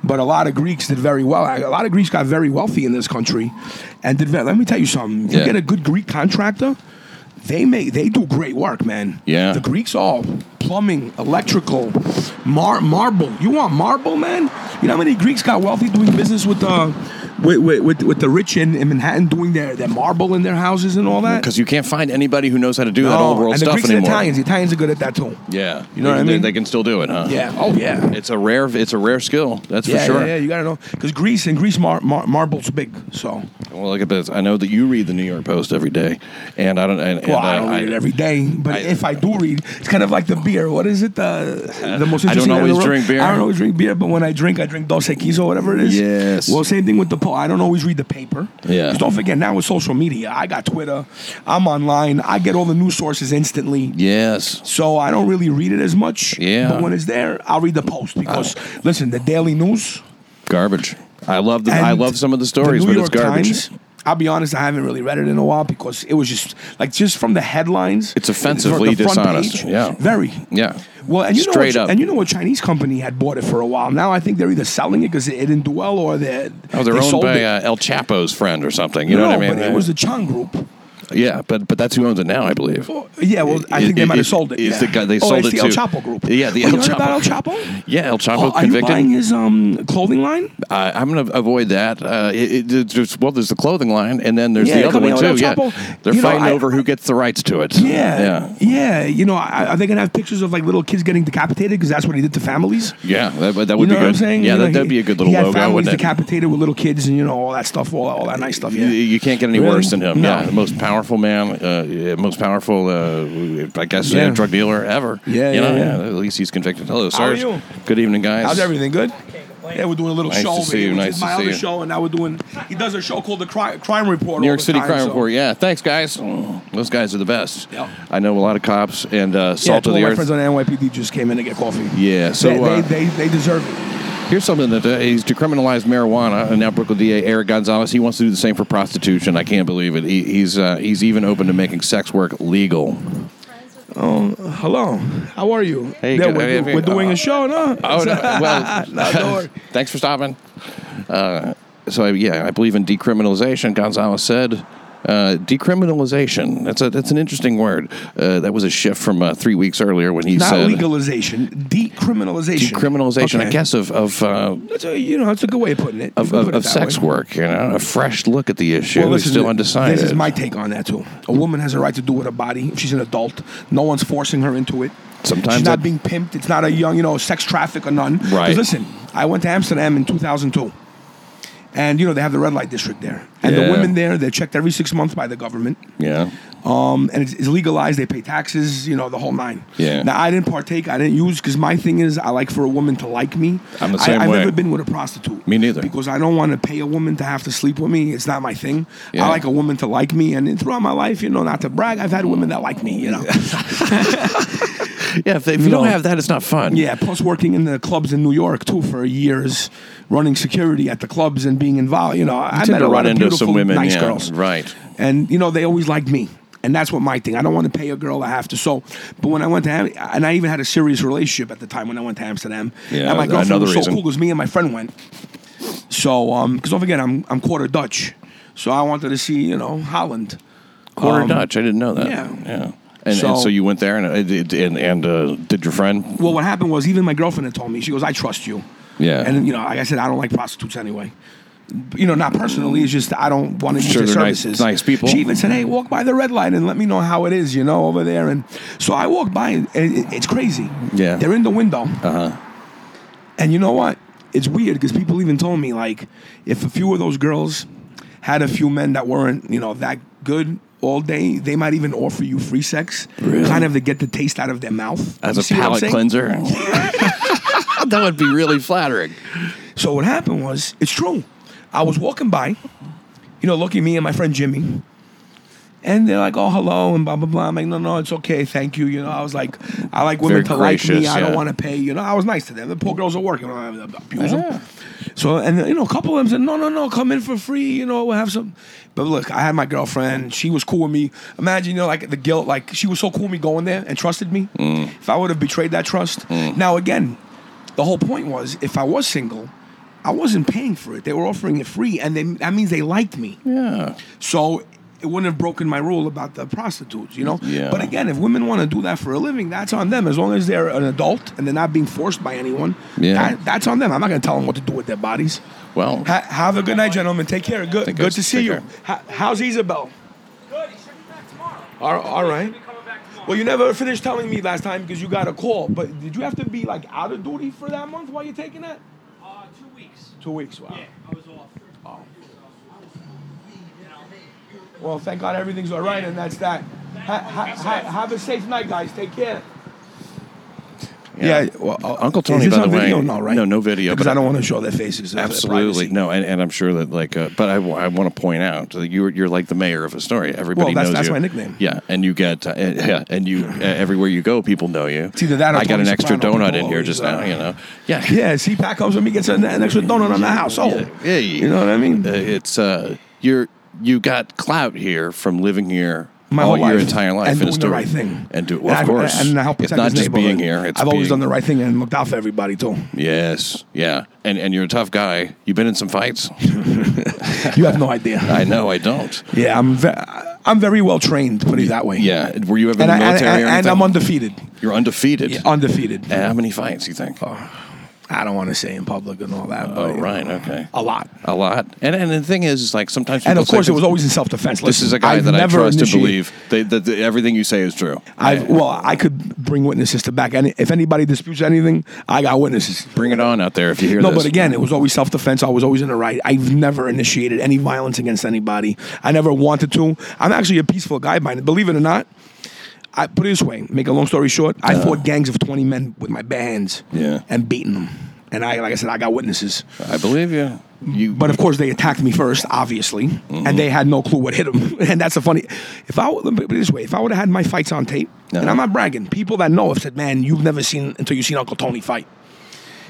[SPEAKER 2] but a lot of Greeks did very well. A lot of Greeks got very wealthy in this country, and did. Very, let me tell you something. If
[SPEAKER 3] Yeah.
[SPEAKER 2] You get a good Greek contractor, they make they do great work, man.
[SPEAKER 3] Yeah.
[SPEAKER 2] the Greeks all plumbing, electrical, mar- marble. You want marble, man? You know how many Greeks got wealthy doing business with the with with, with, with the rich in, in Manhattan doing their, their marble in their houses and all that.
[SPEAKER 3] because you can't find anybody who knows how to do that
[SPEAKER 2] Oh,
[SPEAKER 3] old world
[SPEAKER 2] and the
[SPEAKER 3] stuff
[SPEAKER 2] Greeks
[SPEAKER 3] anymore.
[SPEAKER 2] and Italians, the Italians are good at that too.
[SPEAKER 3] Yeah,
[SPEAKER 2] You know what I
[SPEAKER 3] They-
[SPEAKER 2] mean?
[SPEAKER 3] They can still do it, huh?
[SPEAKER 2] Yeah. Oh yeah.
[SPEAKER 3] it's a rare, it's a rare skill. That's
[SPEAKER 2] yeah,
[SPEAKER 3] for sure.
[SPEAKER 2] Yeah, yeah, you gotta know because Greece and Greece mar- mar- marble's big. So
[SPEAKER 3] Well, look at this. I know that you read the New York Post every day, and I don't. And,
[SPEAKER 2] well,
[SPEAKER 3] and,
[SPEAKER 2] I don't
[SPEAKER 3] uh,
[SPEAKER 2] read it every day, but
[SPEAKER 3] I-
[SPEAKER 2] if I do read, it's kind of like the beer. What is it? The the most.
[SPEAKER 3] I
[SPEAKER 2] interesting
[SPEAKER 3] don't
[SPEAKER 2] in the
[SPEAKER 3] always
[SPEAKER 2] world?
[SPEAKER 3] drink beer.
[SPEAKER 2] I don't always drink beer, but when I drink, I drink Dos Equis or whatever it is.
[SPEAKER 3] Yes.
[SPEAKER 2] Well, same thing with the poll. I don't always read the paper.
[SPEAKER 3] Yeah.
[SPEAKER 2] 'Cause Don't forget now with social media, I got Twitter. I'm online. I get all the news sources instantly.
[SPEAKER 3] Yes.
[SPEAKER 2] So I don't really read it as much.
[SPEAKER 3] Yeah. Uh,
[SPEAKER 2] But when it's there, I'll read the post because listen, the daily news.
[SPEAKER 3] Garbage. I love the.
[SPEAKER 2] And
[SPEAKER 3] I love some of the stories,
[SPEAKER 2] New
[SPEAKER 3] but
[SPEAKER 2] York
[SPEAKER 3] it's garbage.
[SPEAKER 2] Times, I'll be honest, I haven't really read it in a while because it was just like just from the headlines.
[SPEAKER 3] It's
[SPEAKER 2] from the
[SPEAKER 3] offensively
[SPEAKER 2] front
[SPEAKER 3] dishonest,
[SPEAKER 2] page,
[SPEAKER 3] yeah.
[SPEAKER 2] very.
[SPEAKER 3] Yeah.
[SPEAKER 2] Well, and you
[SPEAKER 3] Straight
[SPEAKER 2] know, what,
[SPEAKER 3] up.
[SPEAKER 2] and you know what Chinese company had bought it for a while. Now I think they're either selling it because it, it didn't do well, or they
[SPEAKER 3] Oh, they're
[SPEAKER 2] they
[SPEAKER 3] owned
[SPEAKER 2] sold
[SPEAKER 3] by
[SPEAKER 2] it.
[SPEAKER 3] uh, El Chapo's friend or something. You know
[SPEAKER 2] no,
[SPEAKER 3] what I mean?
[SPEAKER 2] but it was the Chang Group. Oh,
[SPEAKER 3] yeah, but but that's who owns it now, I believe.
[SPEAKER 2] Yeah, well, I think they
[SPEAKER 3] It-
[SPEAKER 2] might have
[SPEAKER 3] it-
[SPEAKER 2] sold it.
[SPEAKER 3] it's
[SPEAKER 2] yeah.
[SPEAKER 3] the guy- they
[SPEAKER 2] oh,
[SPEAKER 3] sold
[SPEAKER 2] it's
[SPEAKER 3] it
[SPEAKER 2] the El
[SPEAKER 3] to-
[SPEAKER 2] Chapo Group.
[SPEAKER 3] Yeah, the
[SPEAKER 2] Oh,
[SPEAKER 3] El
[SPEAKER 2] you heard about El
[SPEAKER 3] Chapo.
[SPEAKER 2] Chapo?
[SPEAKER 3] Yeah, El Chapo
[SPEAKER 2] Oh, are you
[SPEAKER 3] convicted.
[SPEAKER 2] buying his um, clothing line?
[SPEAKER 3] Uh, I'm going to avoid that. Uh, it, it, there's- there's, well, there's the clothing line, and then there's
[SPEAKER 2] Yeah,
[SPEAKER 3] the other
[SPEAKER 2] coming
[SPEAKER 3] one
[SPEAKER 2] out
[SPEAKER 3] too.
[SPEAKER 2] El
[SPEAKER 3] Yeah,
[SPEAKER 2] Chapo.
[SPEAKER 3] they're
[SPEAKER 2] You know,
[SPEAKER 3] fighting
[SPEAKER 2] I-
[SPEAKER 3] over who gets the rights to it.
[SPEAKER 2] Yeah, yeah, You know, I, are they gonna have pictures of like little kids getting decapitated? Because that's what he did to families.
[SPEAKER 3] yeah. That, that
[SPEAKER 2] You
[SPEAKER 3] would
[SPEAKER 2] know
[SPEAKER 3] be
[SPEAKER 2] what
[SPEAKER 3] good.
[SPEAKER 2] I'm saying?
[SPEAKER 3] Yeah,
[SPEAKER 2] You know,
[SPEAKER 3] that, that'd
[SPEAKER 2] he-
[SPEAKER 3] be a good little
[SPEAKER 2] he had
[SPEAKER 3] logo.
[SPEAKER 2] Families
[SPEAKER 3] Wouldn't it?
[SPEAKER 2] decapitated with little kids, and you know all that stuff, all, all that nice stuff.
[SPEAKER 3] You-
[SPEAKER 2] Yeah.
[SPEAKER 3] You can't get any
[SPEAKER 2] Really?
[SPEAKER 3] worse than him.
[SPEAKER 2] No.
[SPEAKER 3] Yeah, the most powerful man, uh, yeah, most powerful, uh, I guess,
[SPEAKER 2] Yeah.
[SPEAKER 3] uh, drug dealer ever.
[SPEAKER 2] Yeah,
[SPEAKER 3] you know,
[SPEAKER 2] yeah, yeah.
[SPEAKER 3] At least he's convicted. Hello,
[SPEAKER 2] How are
[SPEAKER 3] Sarge.
[SPEAKER 2] you?
[SPEAKER 3] Good evening, guys.
[SPEAKER 2] How's everything? Good. Yeah, we're doing a little
[SPEAKER 3] Nice
[SPEAKER 2] show.
[SPEAKER 3] to
[SPEAKER 2] over
[SPEAKER 3] see
[SPEAKER 2] here,
[SPEAKER 3] you,
[SPEAKER 2] which
[SPEAKER 3] nice
[SPEAKER 2] is
[SPEAKER 3] to
[SPEAKER 2] my
[SPEAKER 3] see
[SPEAKER 2] other
[SPEAKER 3] you.
[SPEAKER 2] show, and now we're doing. He does a show called the Crime, crime Report. all
[SPEAKER 3] New York
[SPEAKER 2] the
[SPEAKER 3] City
[SPEAKER 2] time,
[SPEAKER 3] Crime
[SPEAKER 2] so-
[SPEAKER 3] Report. Yeah, thanks, guys. Mm, Those guys are the best.
[SPEAKER 2] Yeah.
[SPEAKER 3] I know a lot of cops and uh,
[SPEAKER 2] Yeah,
[SPEAKER 3] salt
[SPEAKER 2] two
[SPEAKER 3] of the
[SPEAKER 2] my
[SPEAKER 3] earth.
[SPEAKER 2] friends on NYPD just came in to get coffee.
[SPEAKER 3] Yeah, so,
[SPEAKER 2] they, they,
[SPEAKER 3] uh,
[SPEAKER 2] they, they deserve it.
[SPEAKER 3] Here's something that uh, he's decriminalized marijuana, and now Brooklyn DA Eric Gonzalez he wants to do the same for prostitution. I can't believe it. He, he's uh, he's even open to making sex work legal.
[SPEAKER 2] Hello, how are you?
[SPEAKER 3] Oh, Hey,
[SPEAKER 2] yeah,
[SPEAKER 3] good-
[SPEAKER 2] we're,
[SPEAKER 3] hey, hey,
[SPEAKER 2] we're doing
[SPEAKER 3] uh,
[SPEAKER 2] a show, no?
[SPEAKER 3] Oh no! Well,
[SPEAKER 2] No, don't worry.
[SPEAKER 3] thanks for stopping. Uh, so I, yeah, I believe in decriminalization. Gonzalez said. Uh, decriminalization. That's a that's an interesting word. Uh, that was a shift from uh, three weeks earlier when he
[SPEAKER 2] Not
[SPEAKER 3] said
[SPEAKER 2] legalization, decriminalization.
[SPEAKER 3] decriminalization. I
[SPEAKER 2] Okay.
[SPEAKER 3] guess of of uh,
[SPEAKER 2] That's a, you know, that's a good way of putting it.
[SPEAKER 3] of,
[SPEAKER 2] You can
[SPEAKER 3] of,
[SPEAKER 2] put it
[SPEAKER 3] of
[SPEAKER 2] that
[SPEAKER 3] sex
[SPEAKER 2] way.
[SPEAKER 3] work. You know, a fresh look at the issue.
[SPEAKER 2] Well,
[SPEAKER 3] It's
[SPEAKER 2] listen,
[SPEAKER 3] still
[SPEAKER 2] th-
[SPEAKER 3] undecided.
[SPEAKER 2] This is my take on that too. A woman has a right to do with her body. If she's an adult, no one's forcing her into it.
[SPEAKER 3] Sometimes
[SPEAKER 2] she's not
[SPEAKER 3] that-
[SPEAKER 2] being pimped. It's not a young, you know, sex traffic or none. 'Cause
[SPEAKER 3] Right.
[SPEAKER 2] Listen, I went to Amsterdam in 2002, and you know they have the red light district there, and
[SPEAKER 3] Yeah.
[SPEAKER 2] the women there they're checked every six months by the government.
[SPEAKER 3] yeah.
[SPEAKER 2] Um, and it's, it's legalized. They pay taxes, you know, the whole nine.
[SPEAKER 3] Yeah.
[SPEAKER 2] Now I didn't partake. I didn't use because my thing is I like for a woman to like me.
[SPEAKER 3] I'm the same
[SPEAKER 2] I, I've
[SPEAKER 3] way.
[SPEAKER 2] never been with a prostitute.
[SPEAKER 3] Me neither.
[SPEAKER 2] Because I don't want to pay a woman to have to sleep with me. It's not my thing.
[SPEAKER 3] Yeah.
[SPEAKER 2] I like a woman to like me. And throughout my life, you know, not to brag, I've had women that like me. You know.
[SPEAKER 3] Yeah, if, they, if you don't
[SPEAKER 2] No.
[SPEAKER 3] have that, it's not fun.
[SPEAKER 2] yeah. Plus working in the clubs in New York too for years, running security at the clubs and being involved. You know, I
[SPEAKER 3] tend
[SPEAKER 2] met
[SPEAKER 3] to
[SPEAKER 2] a
[SPEAKER 3] run
[SPEAKER 2] lot of
[SPEAKER 3] into
[SPEAKER 2] beautiful,
[SPEAKER 3] some women,
[SPEAKER 2] nice
[SPEAKER 3] yeah,
[SPEAKER 2] girls.
[SPEAKER 3] right?
[SPEAKER 2] and you know they always like me and that's what my thing i don't want to pay a girl i have to so but when i went to Am- and i even had a serious relationship at the time when i went to amsterdam
[SPEAKER 3] Yeah,
[SPEAKER 2] and my girlfriend
[SPEAKER 3] another
[SPEAKER 2] was so
[SPEAKER 3] reason.
[SPEAKER 2] cool because me and my friend went so um because don't forget i'm i'm quarter dutch so i wanted to see you know holland
[SPEAKER 3] Quarter
[SPEAKER 2] Um,
[SPEAKER 3] Dutch. I didn't know that.
[SPEAKER 2] yeah.
[SPEAKER 3] yeah. And so,
[SPEAKER 2] So-
[SPEAKER 3] and so you went there and uh, did- and, and uh, did your friend?
[SPEAKER 2] well what happened was even my girlfriend had told me she goes i trust you
[SPEAKER 3] Yeah.
[SPEAKER 2] and you know like i said i don't like prostitutes anyway you know, not personally. It's just I don't want to use
[SPEAKER 3] Sure,
[SPEAKER 2] their
[SPEAKER 3] they're nice-
[SPEAKER 2] services.
[SPEAKER 3] nice people.
[SPEAKER 2] She even said, "Hey, walk by the red light and let me know how it is." You know, over there. And so I walked by, and it, it's crazy.
[SPEAKER 3] Yeah. Uh-huh.
[SPEAKER 2] they're in the window. Uh huh. And you know what? It's weird because people even told me like, if a few of those girls had a few men that weren't, you know, that good all day, they might even offer you free sex,
[SPEAKER 3] Really?
[SPEAKER 2] kind of to get the taste out of their mouth
[SPEAKER 3] As
[SPEAKER 2] You
[SPEAKER 3] a
[SPEAKER 2] see what I'm
[SPEAKER 3] palate
[SPEAKER 2] saying?
[SPEAKER 3] cleanser. Oh, that would be really flattering.
[SPEAKER 2] So what happened was, it's true. I was walking by, you know, looking at me and my friend Jimmy, And they're like, oh, hello, and blah, blah, blah. I'm like, no, no, it's okay. Thank you. You know, I was like, I like women
[SPEAKER 3] Very
[SPEAKER 2] to like me.
[SPEAKER 3] gracious,
[SPEAKER 2] I don't
[SPEAKER 3] yeah.
[SPEAKER 2] want to pay. You know, I was nice to them. The poor girls are working. I don't abuse
[SPEAKER 3] Yeah.
[SPEAKER 2] them. So, and, you know, a couple of them said, no, no, no, come in for free. You know, we'll have some. But look, I had my girlfriend. She was cool with me. Imagine, you know, like the guilt. Like, she was so cool with me going there and trusted me. If I would have betrayed that trust. Now, again, the whole point was if I was single, I wasn't paying for it. They were offering it free, and they, that means they liked me.
[SPEAKER 3] Yeah.
[SPEAKER 2] So it wouldn't have broken my rule about the prostitutes, you know?
[SPEAKER 3] Yeah.
[SPEAKER 2] But again, if women want to do that for a living, that's on them. As long as they're an adult and they're not being forced by anyone,
[SPEAKER 3] Yeah.
[SPEAKER 2] that, that's on them. I'm not going to tell them what to do with their bodies.
[SPEAKER 3] Well,
[SPEAKER 2] Ha- have a good night, gentlemen. Take care. Good,
[SPEAKER 3] Take
[SPEAKER 2] good
[SPEAKER 3] care.
[SPEAKER 2] to see
[SPEAKER 3] Take
[SPEAKER 2] you.
[SPEAKER 3] care.
[SPEAKER 2] Ha- how's Isabel?
[SPEAKER 4] Good, he should be back tomorrow.
[SPEAKER 2] All- all
[SPEAKER 4] He
[SPEAKER 2] right.
[SPEAKER 4] should be coming back tomorrow.
[SPEAKER 2] Well, you never finished telling me last time because you got a call. But did you have to be like out of duty for that month while you're taking that?
[SPEAKER 4] Uh, two weeks.
[SPEAKER 2] Two weeks. Wow.
[SPEAKER 4] Yeah, I was off. Oh.
[SPEAKER 2] Well, thank God everything's all right, and that's that. Ha- ha- ha- have a safe night, guys. Take care. Yeah. well, uh,
[SPEAKER 3] Uncle Tony,
[SPEAKER 2] Is this
[SPEAKER 3] by
[SPEAKER 2] on
[SPEAKER 3] the way-
[SPEAKER 2] video? No, right?
[SPEAKER 3] No, no video,
[SPEAKER 2] Because
[SPEAKER 3] but-
[SPEAKER 2] I don't want to show their faces. That's
[SPEAKER 3] Absolutely
[SPEAKER 2] privacy.
[SPEAKER 3] no, and, and I'm sure that like, uh, but I, want to point out that you're you're like the mayor of Astoria. Everybody
[SPEAKER 2] Well, that's-
[SPEAKER 3] knows
[SPEAKER 2] that's
[SPEAKER 3] you.
[SPEAKER 2] my nickname.
[SPEAKER 3] Yeah, and you get uh, yeah, and you uh, everywhere you go, people know you.
[SPEAKER 2] It's either that or
[SPEAKER 3] I got
[SPEAKER 2] Tony
[SPEAKER 3] an extra
[SPEAKER 2] Soprano.
[SPEAKER 3] donut
[SPEAKER 2] People
[SPEAKER 3] in here
[SPEAKER 2] always,
[SPEAKER 3] just
[SPEAKER 2] uh,
[SPEAKER 3] now. You know, yeah,
[SPEAKER 2] Yeah, see, Pat comes with me, gets an, an extra donut on the house. Oh,
[SPEAKER 3] Yeah, yeah,
[SPEAKER 2] you know what I mean?
[SPEAKER 3] Uh, it's uh, you're you got clout here from living here.
[SPEAKER 2] My
[SPEAKER 3] all
[SPEAKER 2] whole
[SPEAKER 3] your
[SPEAKER 2] life.
[SPEAKER 3] entire life
[SPEAKER 2] and
[SPEAKER 3] in
[SPEAKER 2] doing the
[SPEAKER 3] Astoria.
[SPEAKER 2] right thing,
[SPEAKER 3] and do well,
[SPEAKER 2] I-
[SPEAKER 3] of course,
[SPEAKER 2] and I help
[SPEAKER 3] it's
[SPEAKER 2] protect
[SPEAKER 3] not
[SPEAKER 2] this
[SPEAKER 3] just being
[SPEAKER 2] neighborhood.
[SPEAKER 3] here. It's
[SPEAKER 2] I've always
[SPEAKER 3] being-
[SPEAKER 2] done the right thing and looked out for everybody too.
[SPEAKER 3] Yes, yeah, and and you're a tough guy. You've been in some fights.
[SPEAKER 2] You have no idea.
[SPEAKER 3] I know, I don't.
[SPEAKER 2] yeah, I'm ve- I'm very well trained, put it that way.
[SPEAKER 3] Yeah, were you ever
[SPEAKER 2] and, I,
[SPEAKER 3] in the
[SPEAKER 2] and,
[SPEAKER 3] military?
[SPEAKER 2] and,
[SPEAKER 3] or
[SPEAKER 2] and
[SPEAKER 3] anything?
[SPEAKER 2] I'm undefeated.
[SPEAKER 3] You're undefeated.
[SPEAKER 2] Undefeated.
[SPEAKER 3] And how many fights you think?
[SPEAKER 2] Oh. I don't want to say in public and all that.
[SPEAKER 3] oh,
[SPEAKER 2] but, you
[SPEAKER 3] right,
[SPEAKER 2] know,
[SPEAKER 3] okay,
[SPEAKER 2] A lot.
[SPEAKER 3] a lot. And and the thing is, is like sometimes
[SPEAKER 2] And
[SPEAKER 3] people
[SPEAKER 2] of
[SPEAKER 3] say
[SPEAKER 2] course, it
[SPEAKER 3] things-
[SPEAKER 2] was always in self-defense.
[SPEAKER 3] This
[SPEAKER 2] Listen,
[SPEAKER 3] is a guy
[SPEAKER 2] I've
[SPEAKER 3] that I
[SPEAKER 2] never
[SPEAKER 3] trust and
[SPEAKER 2] initiated-
[SPEAKER 3] believe they, that that everything you say is true.
[SPEAKER 2] I've, well, I could bring witnesses to back. Any, if anybody disputes anything, I got witnesses.
[SPEAKER 3] Bring it on out there if you hear
[SPEAKER 2] No,
[SPEAKER 3] this.
[SPEAKER 2] but again, it was always self defense. I was always in the right. I've never initiated any violence against anybody. I never wanted to. I'm actually a peaceful guy, mind. Believe it or not, I put it this way. Make a long story short, I fought gangs of 20 men with my bare hands.
[SPEAKER 3] Uh. Yeah.
[SPEAKER 2] and beaten them. And I, like I said, I got witnesses.
[SPEAKER 3] I believe you. You
[SPEAKER 2] But of course, they attacked me first, obviously, and they had no clue what hit them. and that's the funny. If I let me put it this way, if I would have had my fights on tape, and
[SPEAKER 3] Uh-huh.
[SPEAKER 2] I'm not bragging, people that know have said, "Man, you've never seen until you've seen Uncle Tony fight."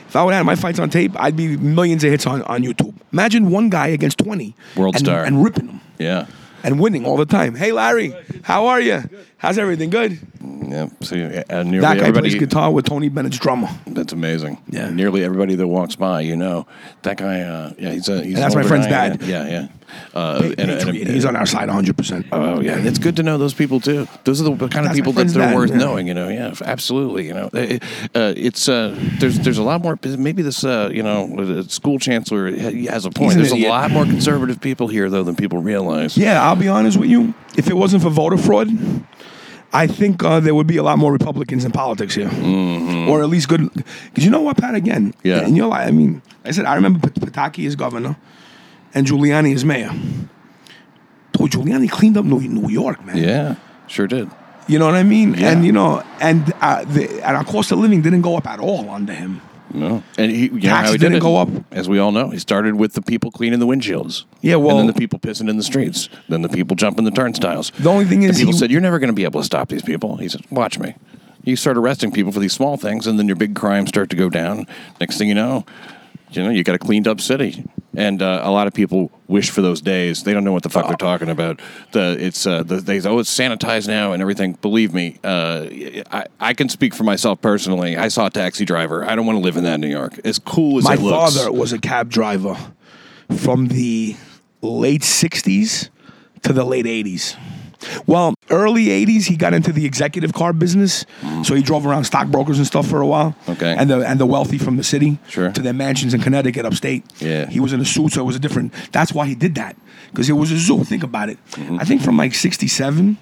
[SPEAKER 2] If I would have had my fights on tape, I'd be millions of hits on, on YouTube. Imagine one guy against twenty,
[SPEAKER 3] World
[SPEAKER 2] and,
[SPEAKER 3] star.
[SPEAKER 2] and ripping them
[SPEAKER 3] yeah.
[SPEAKER 2] and winning all the time. Hey, Larry, how are you? How's everything? Good.
[SPEAKER 3] Yeah, see, and nearly
[SPEAKER 2] That guy
[SPEAKER 3] everybody.
[SPEAKER 2] plays guitar with Tony Bennett's drummer.
[SPEAKER 3] That's amazing.
[SPEAKER 2] Yeah.
[SPEAKER 3] nearly everybody that walks by, you know, that guy. Uh, yeah, he's a. He's
[SPEAKER 2] And that's
[SPEAKER 3] an
[SPEAKER 2] my
[SPEAKER 3] older
[SPEAKER 2] friend's
[SPEAKER 3] guy,
[SPEAKER 2] dad.
[SPEAKER 3] Yeah, yeah. Uh, and, and-
[SPEAKER 2] Patriot. He's on our side, 100. percent
[SPEAKER 3] Oh yeah, it's good to know those people too. Those are the kind
[SPEAKER 2] my
[SPEAKER 3] of people that
[SPEAKER 2] friend's
[SPEAKER 3] they're
[SPEAKER 2] dad,
[SPEAKER 3] worth
[SPEAKER 2] yeah.
[SPEAKER 3] knowing. You know, yeah, absolutely. You know, It- uh, it's uh, there's there's a lot more. Maybe this uh, you know the school chancellor he has a point.
[SPEAKER 2] an
[SPEAKER 3] There's a
[SPEAKER 2] idiot.
[SPEAKER 3] lot more conservative people here though than people realize.
[SPEAKER 2] Yeah, I'll be honest with you. If it wasn't for voter fraud, I think uh, there would be a lot more Republicans in politics here, or at least good. Because you know what, Pat? Again,
[SPEAKER 3] Mm-hmm. Yeah.
[SPEAKER 2] And you know, I mean, I said I remember Pat- Pataki as governor and Giuliani as mayor. Dude, Giuliani cleaned up New, New York, man.
[SPEAKER 3] yeah, sure did.
[SPEAKER 2] You know what I mean?
[SPEAKER 3] Yeah.
[SPEAKER 2] And you know, and uh, the, and our cost of living didn't go up at all under him.
[SPEAKER 3] No, and he you know
[SPEAKER 2] Taxes
[SPEAKER 3] how he did
[SPEAKER 2] didn't
[SPEAKER 3] it?
[SPEAKER 2] go up.
[SPEAKER 3] as we all know. He started with the people cleaning the windshields.
[SPEAKER 2] Yeah, well-
[SPEAKER 3] and then the people pissing in the streets, then the people jumping the turnstiles.
[SPEAKER 2] The only thing
[SPEAKER 3] The
[SPEAKER 2] is,
[SPEAKER 3] people
[SPEAKER 2] he-
[SPEAKER 3] said, "You're never going to be able to stop these people." He said, "Watch me." You start arresting people for these small things, and then your big crimes start to go down. Next thing you know, you know you got a cleaned up city, and uh, a lot of people wish for those days. They don't know what the fuck they're talking about. The it's uh, the, they say, oh it's sanitized now and everything. Believe me, uh, I I can speak for myself personally. I saw a taxi driver. I don't want to live in that New York. As cool as
[SPEAKER 2] My
[SPEAKER 3] it looks,
[SPEAKER 2] father was a cab driver from the late 60s to the late 80s. Well, early 80s, he got into the executive car business. So he drove around stockbrokers and stuff for a while.
[SPEAKER 3] Mm. Okay.
[SPEAKER 2] And the, and the wealthy from the city
[SPEAKER 3] Sure.
[SPEAKER 2] to their mansions in Connecticut upstate.
[SPEAKER 3] Yeah.
[SPEAKER 2] He was in a suit, so it was a different. That's why he did that, because it was a zoo. Think about it.
[SPEAKER 3] Mm-hmm.
[SPEAKER 2] I think from like 67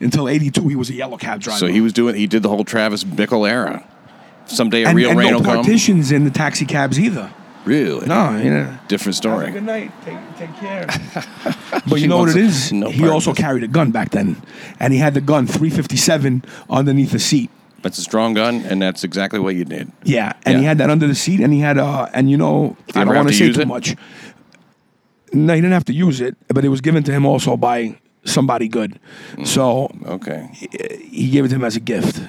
[SPEAKER 2] until 82, he was a yellow cab driver.
[SPEAKER 3] so he was doing. He did the whole Travis Bickle era. Someday a
[SPEAKER 2] and,
[SPEAKER 3] real
[SPEAKER 2] and
[SPEAKER 3] rain
[SPEAKER 2] no
[SPEAKER 3] will come.
[SPEAKER 2] partitions in the taxi cabs either.
[SPEAKER 3] Really?
[SPEAKER 2] No, you know.
[SPEAKER 3] Different
[SPEAKER 2] Have a
[SPEAKER 3] story.
[SPEAKER 2] good night. Take, take care. but
[SPEAKER 3] She
[SPEAKER 2] you know what
[SPEAKER 3] wants
[SPEAKER 2] it is?
[SPEAKER 3] no
[SPEAKER 2] he
[SPEAKER 3] part of
[SPEAKER 2] also
[SPEAKER 3] this.
[SPEAKER 2] carried a gun back then. And he had the gun 357 underneath the seat.
[SPEAKER 3] That's a strong gun, and that's exactly what you did.
[SPEAKER 2] Yeah. And he
[SPEAKER 3] Yeah.
[SPEAKER 2] had that under the seat and he had uh and you know, I
[SPEAKER 3] ever
[SPEAKER 2] don't
[SPEAKER 3] have
[SPEAKER 2] want to
[SPEAKER 3] to
[SPEAKER 2] say
[SPEAKER 3] use
[SPEAKER 2] too
[SPEAKER 3] it?
[SPEAKER 2] much. No, he didn't have to use it, but it was given to him also by somebody good.
[SPEAKER 3] Mm.
[SPEAKER 2] So
[SPEAKER 3] Okay.
[SPEAKER 2] he gave it to him as a gift,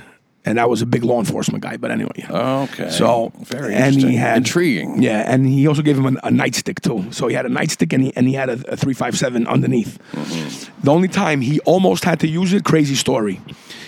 [SPEAKER 2] and I was a big law enforcement guy. But anyway,
[SPEAKER 3] Okay.
[SPEAKER 2] so
[SPEAKER 3] very
[SPEAKER 2] and
[SPEAKER 3] interesting.
[SPEAKER 2] he had
[SPEAKER 3] intriguing.
[SPEAKER 2] Yeah, and he also gave him an, a nightstick too. So he had a nightstick and he and he had a, a three five seven underneath.
[SPEAKER 3] Mm-hmm.
[SPEAKER 2] The only time he almost had to use it, crazy story.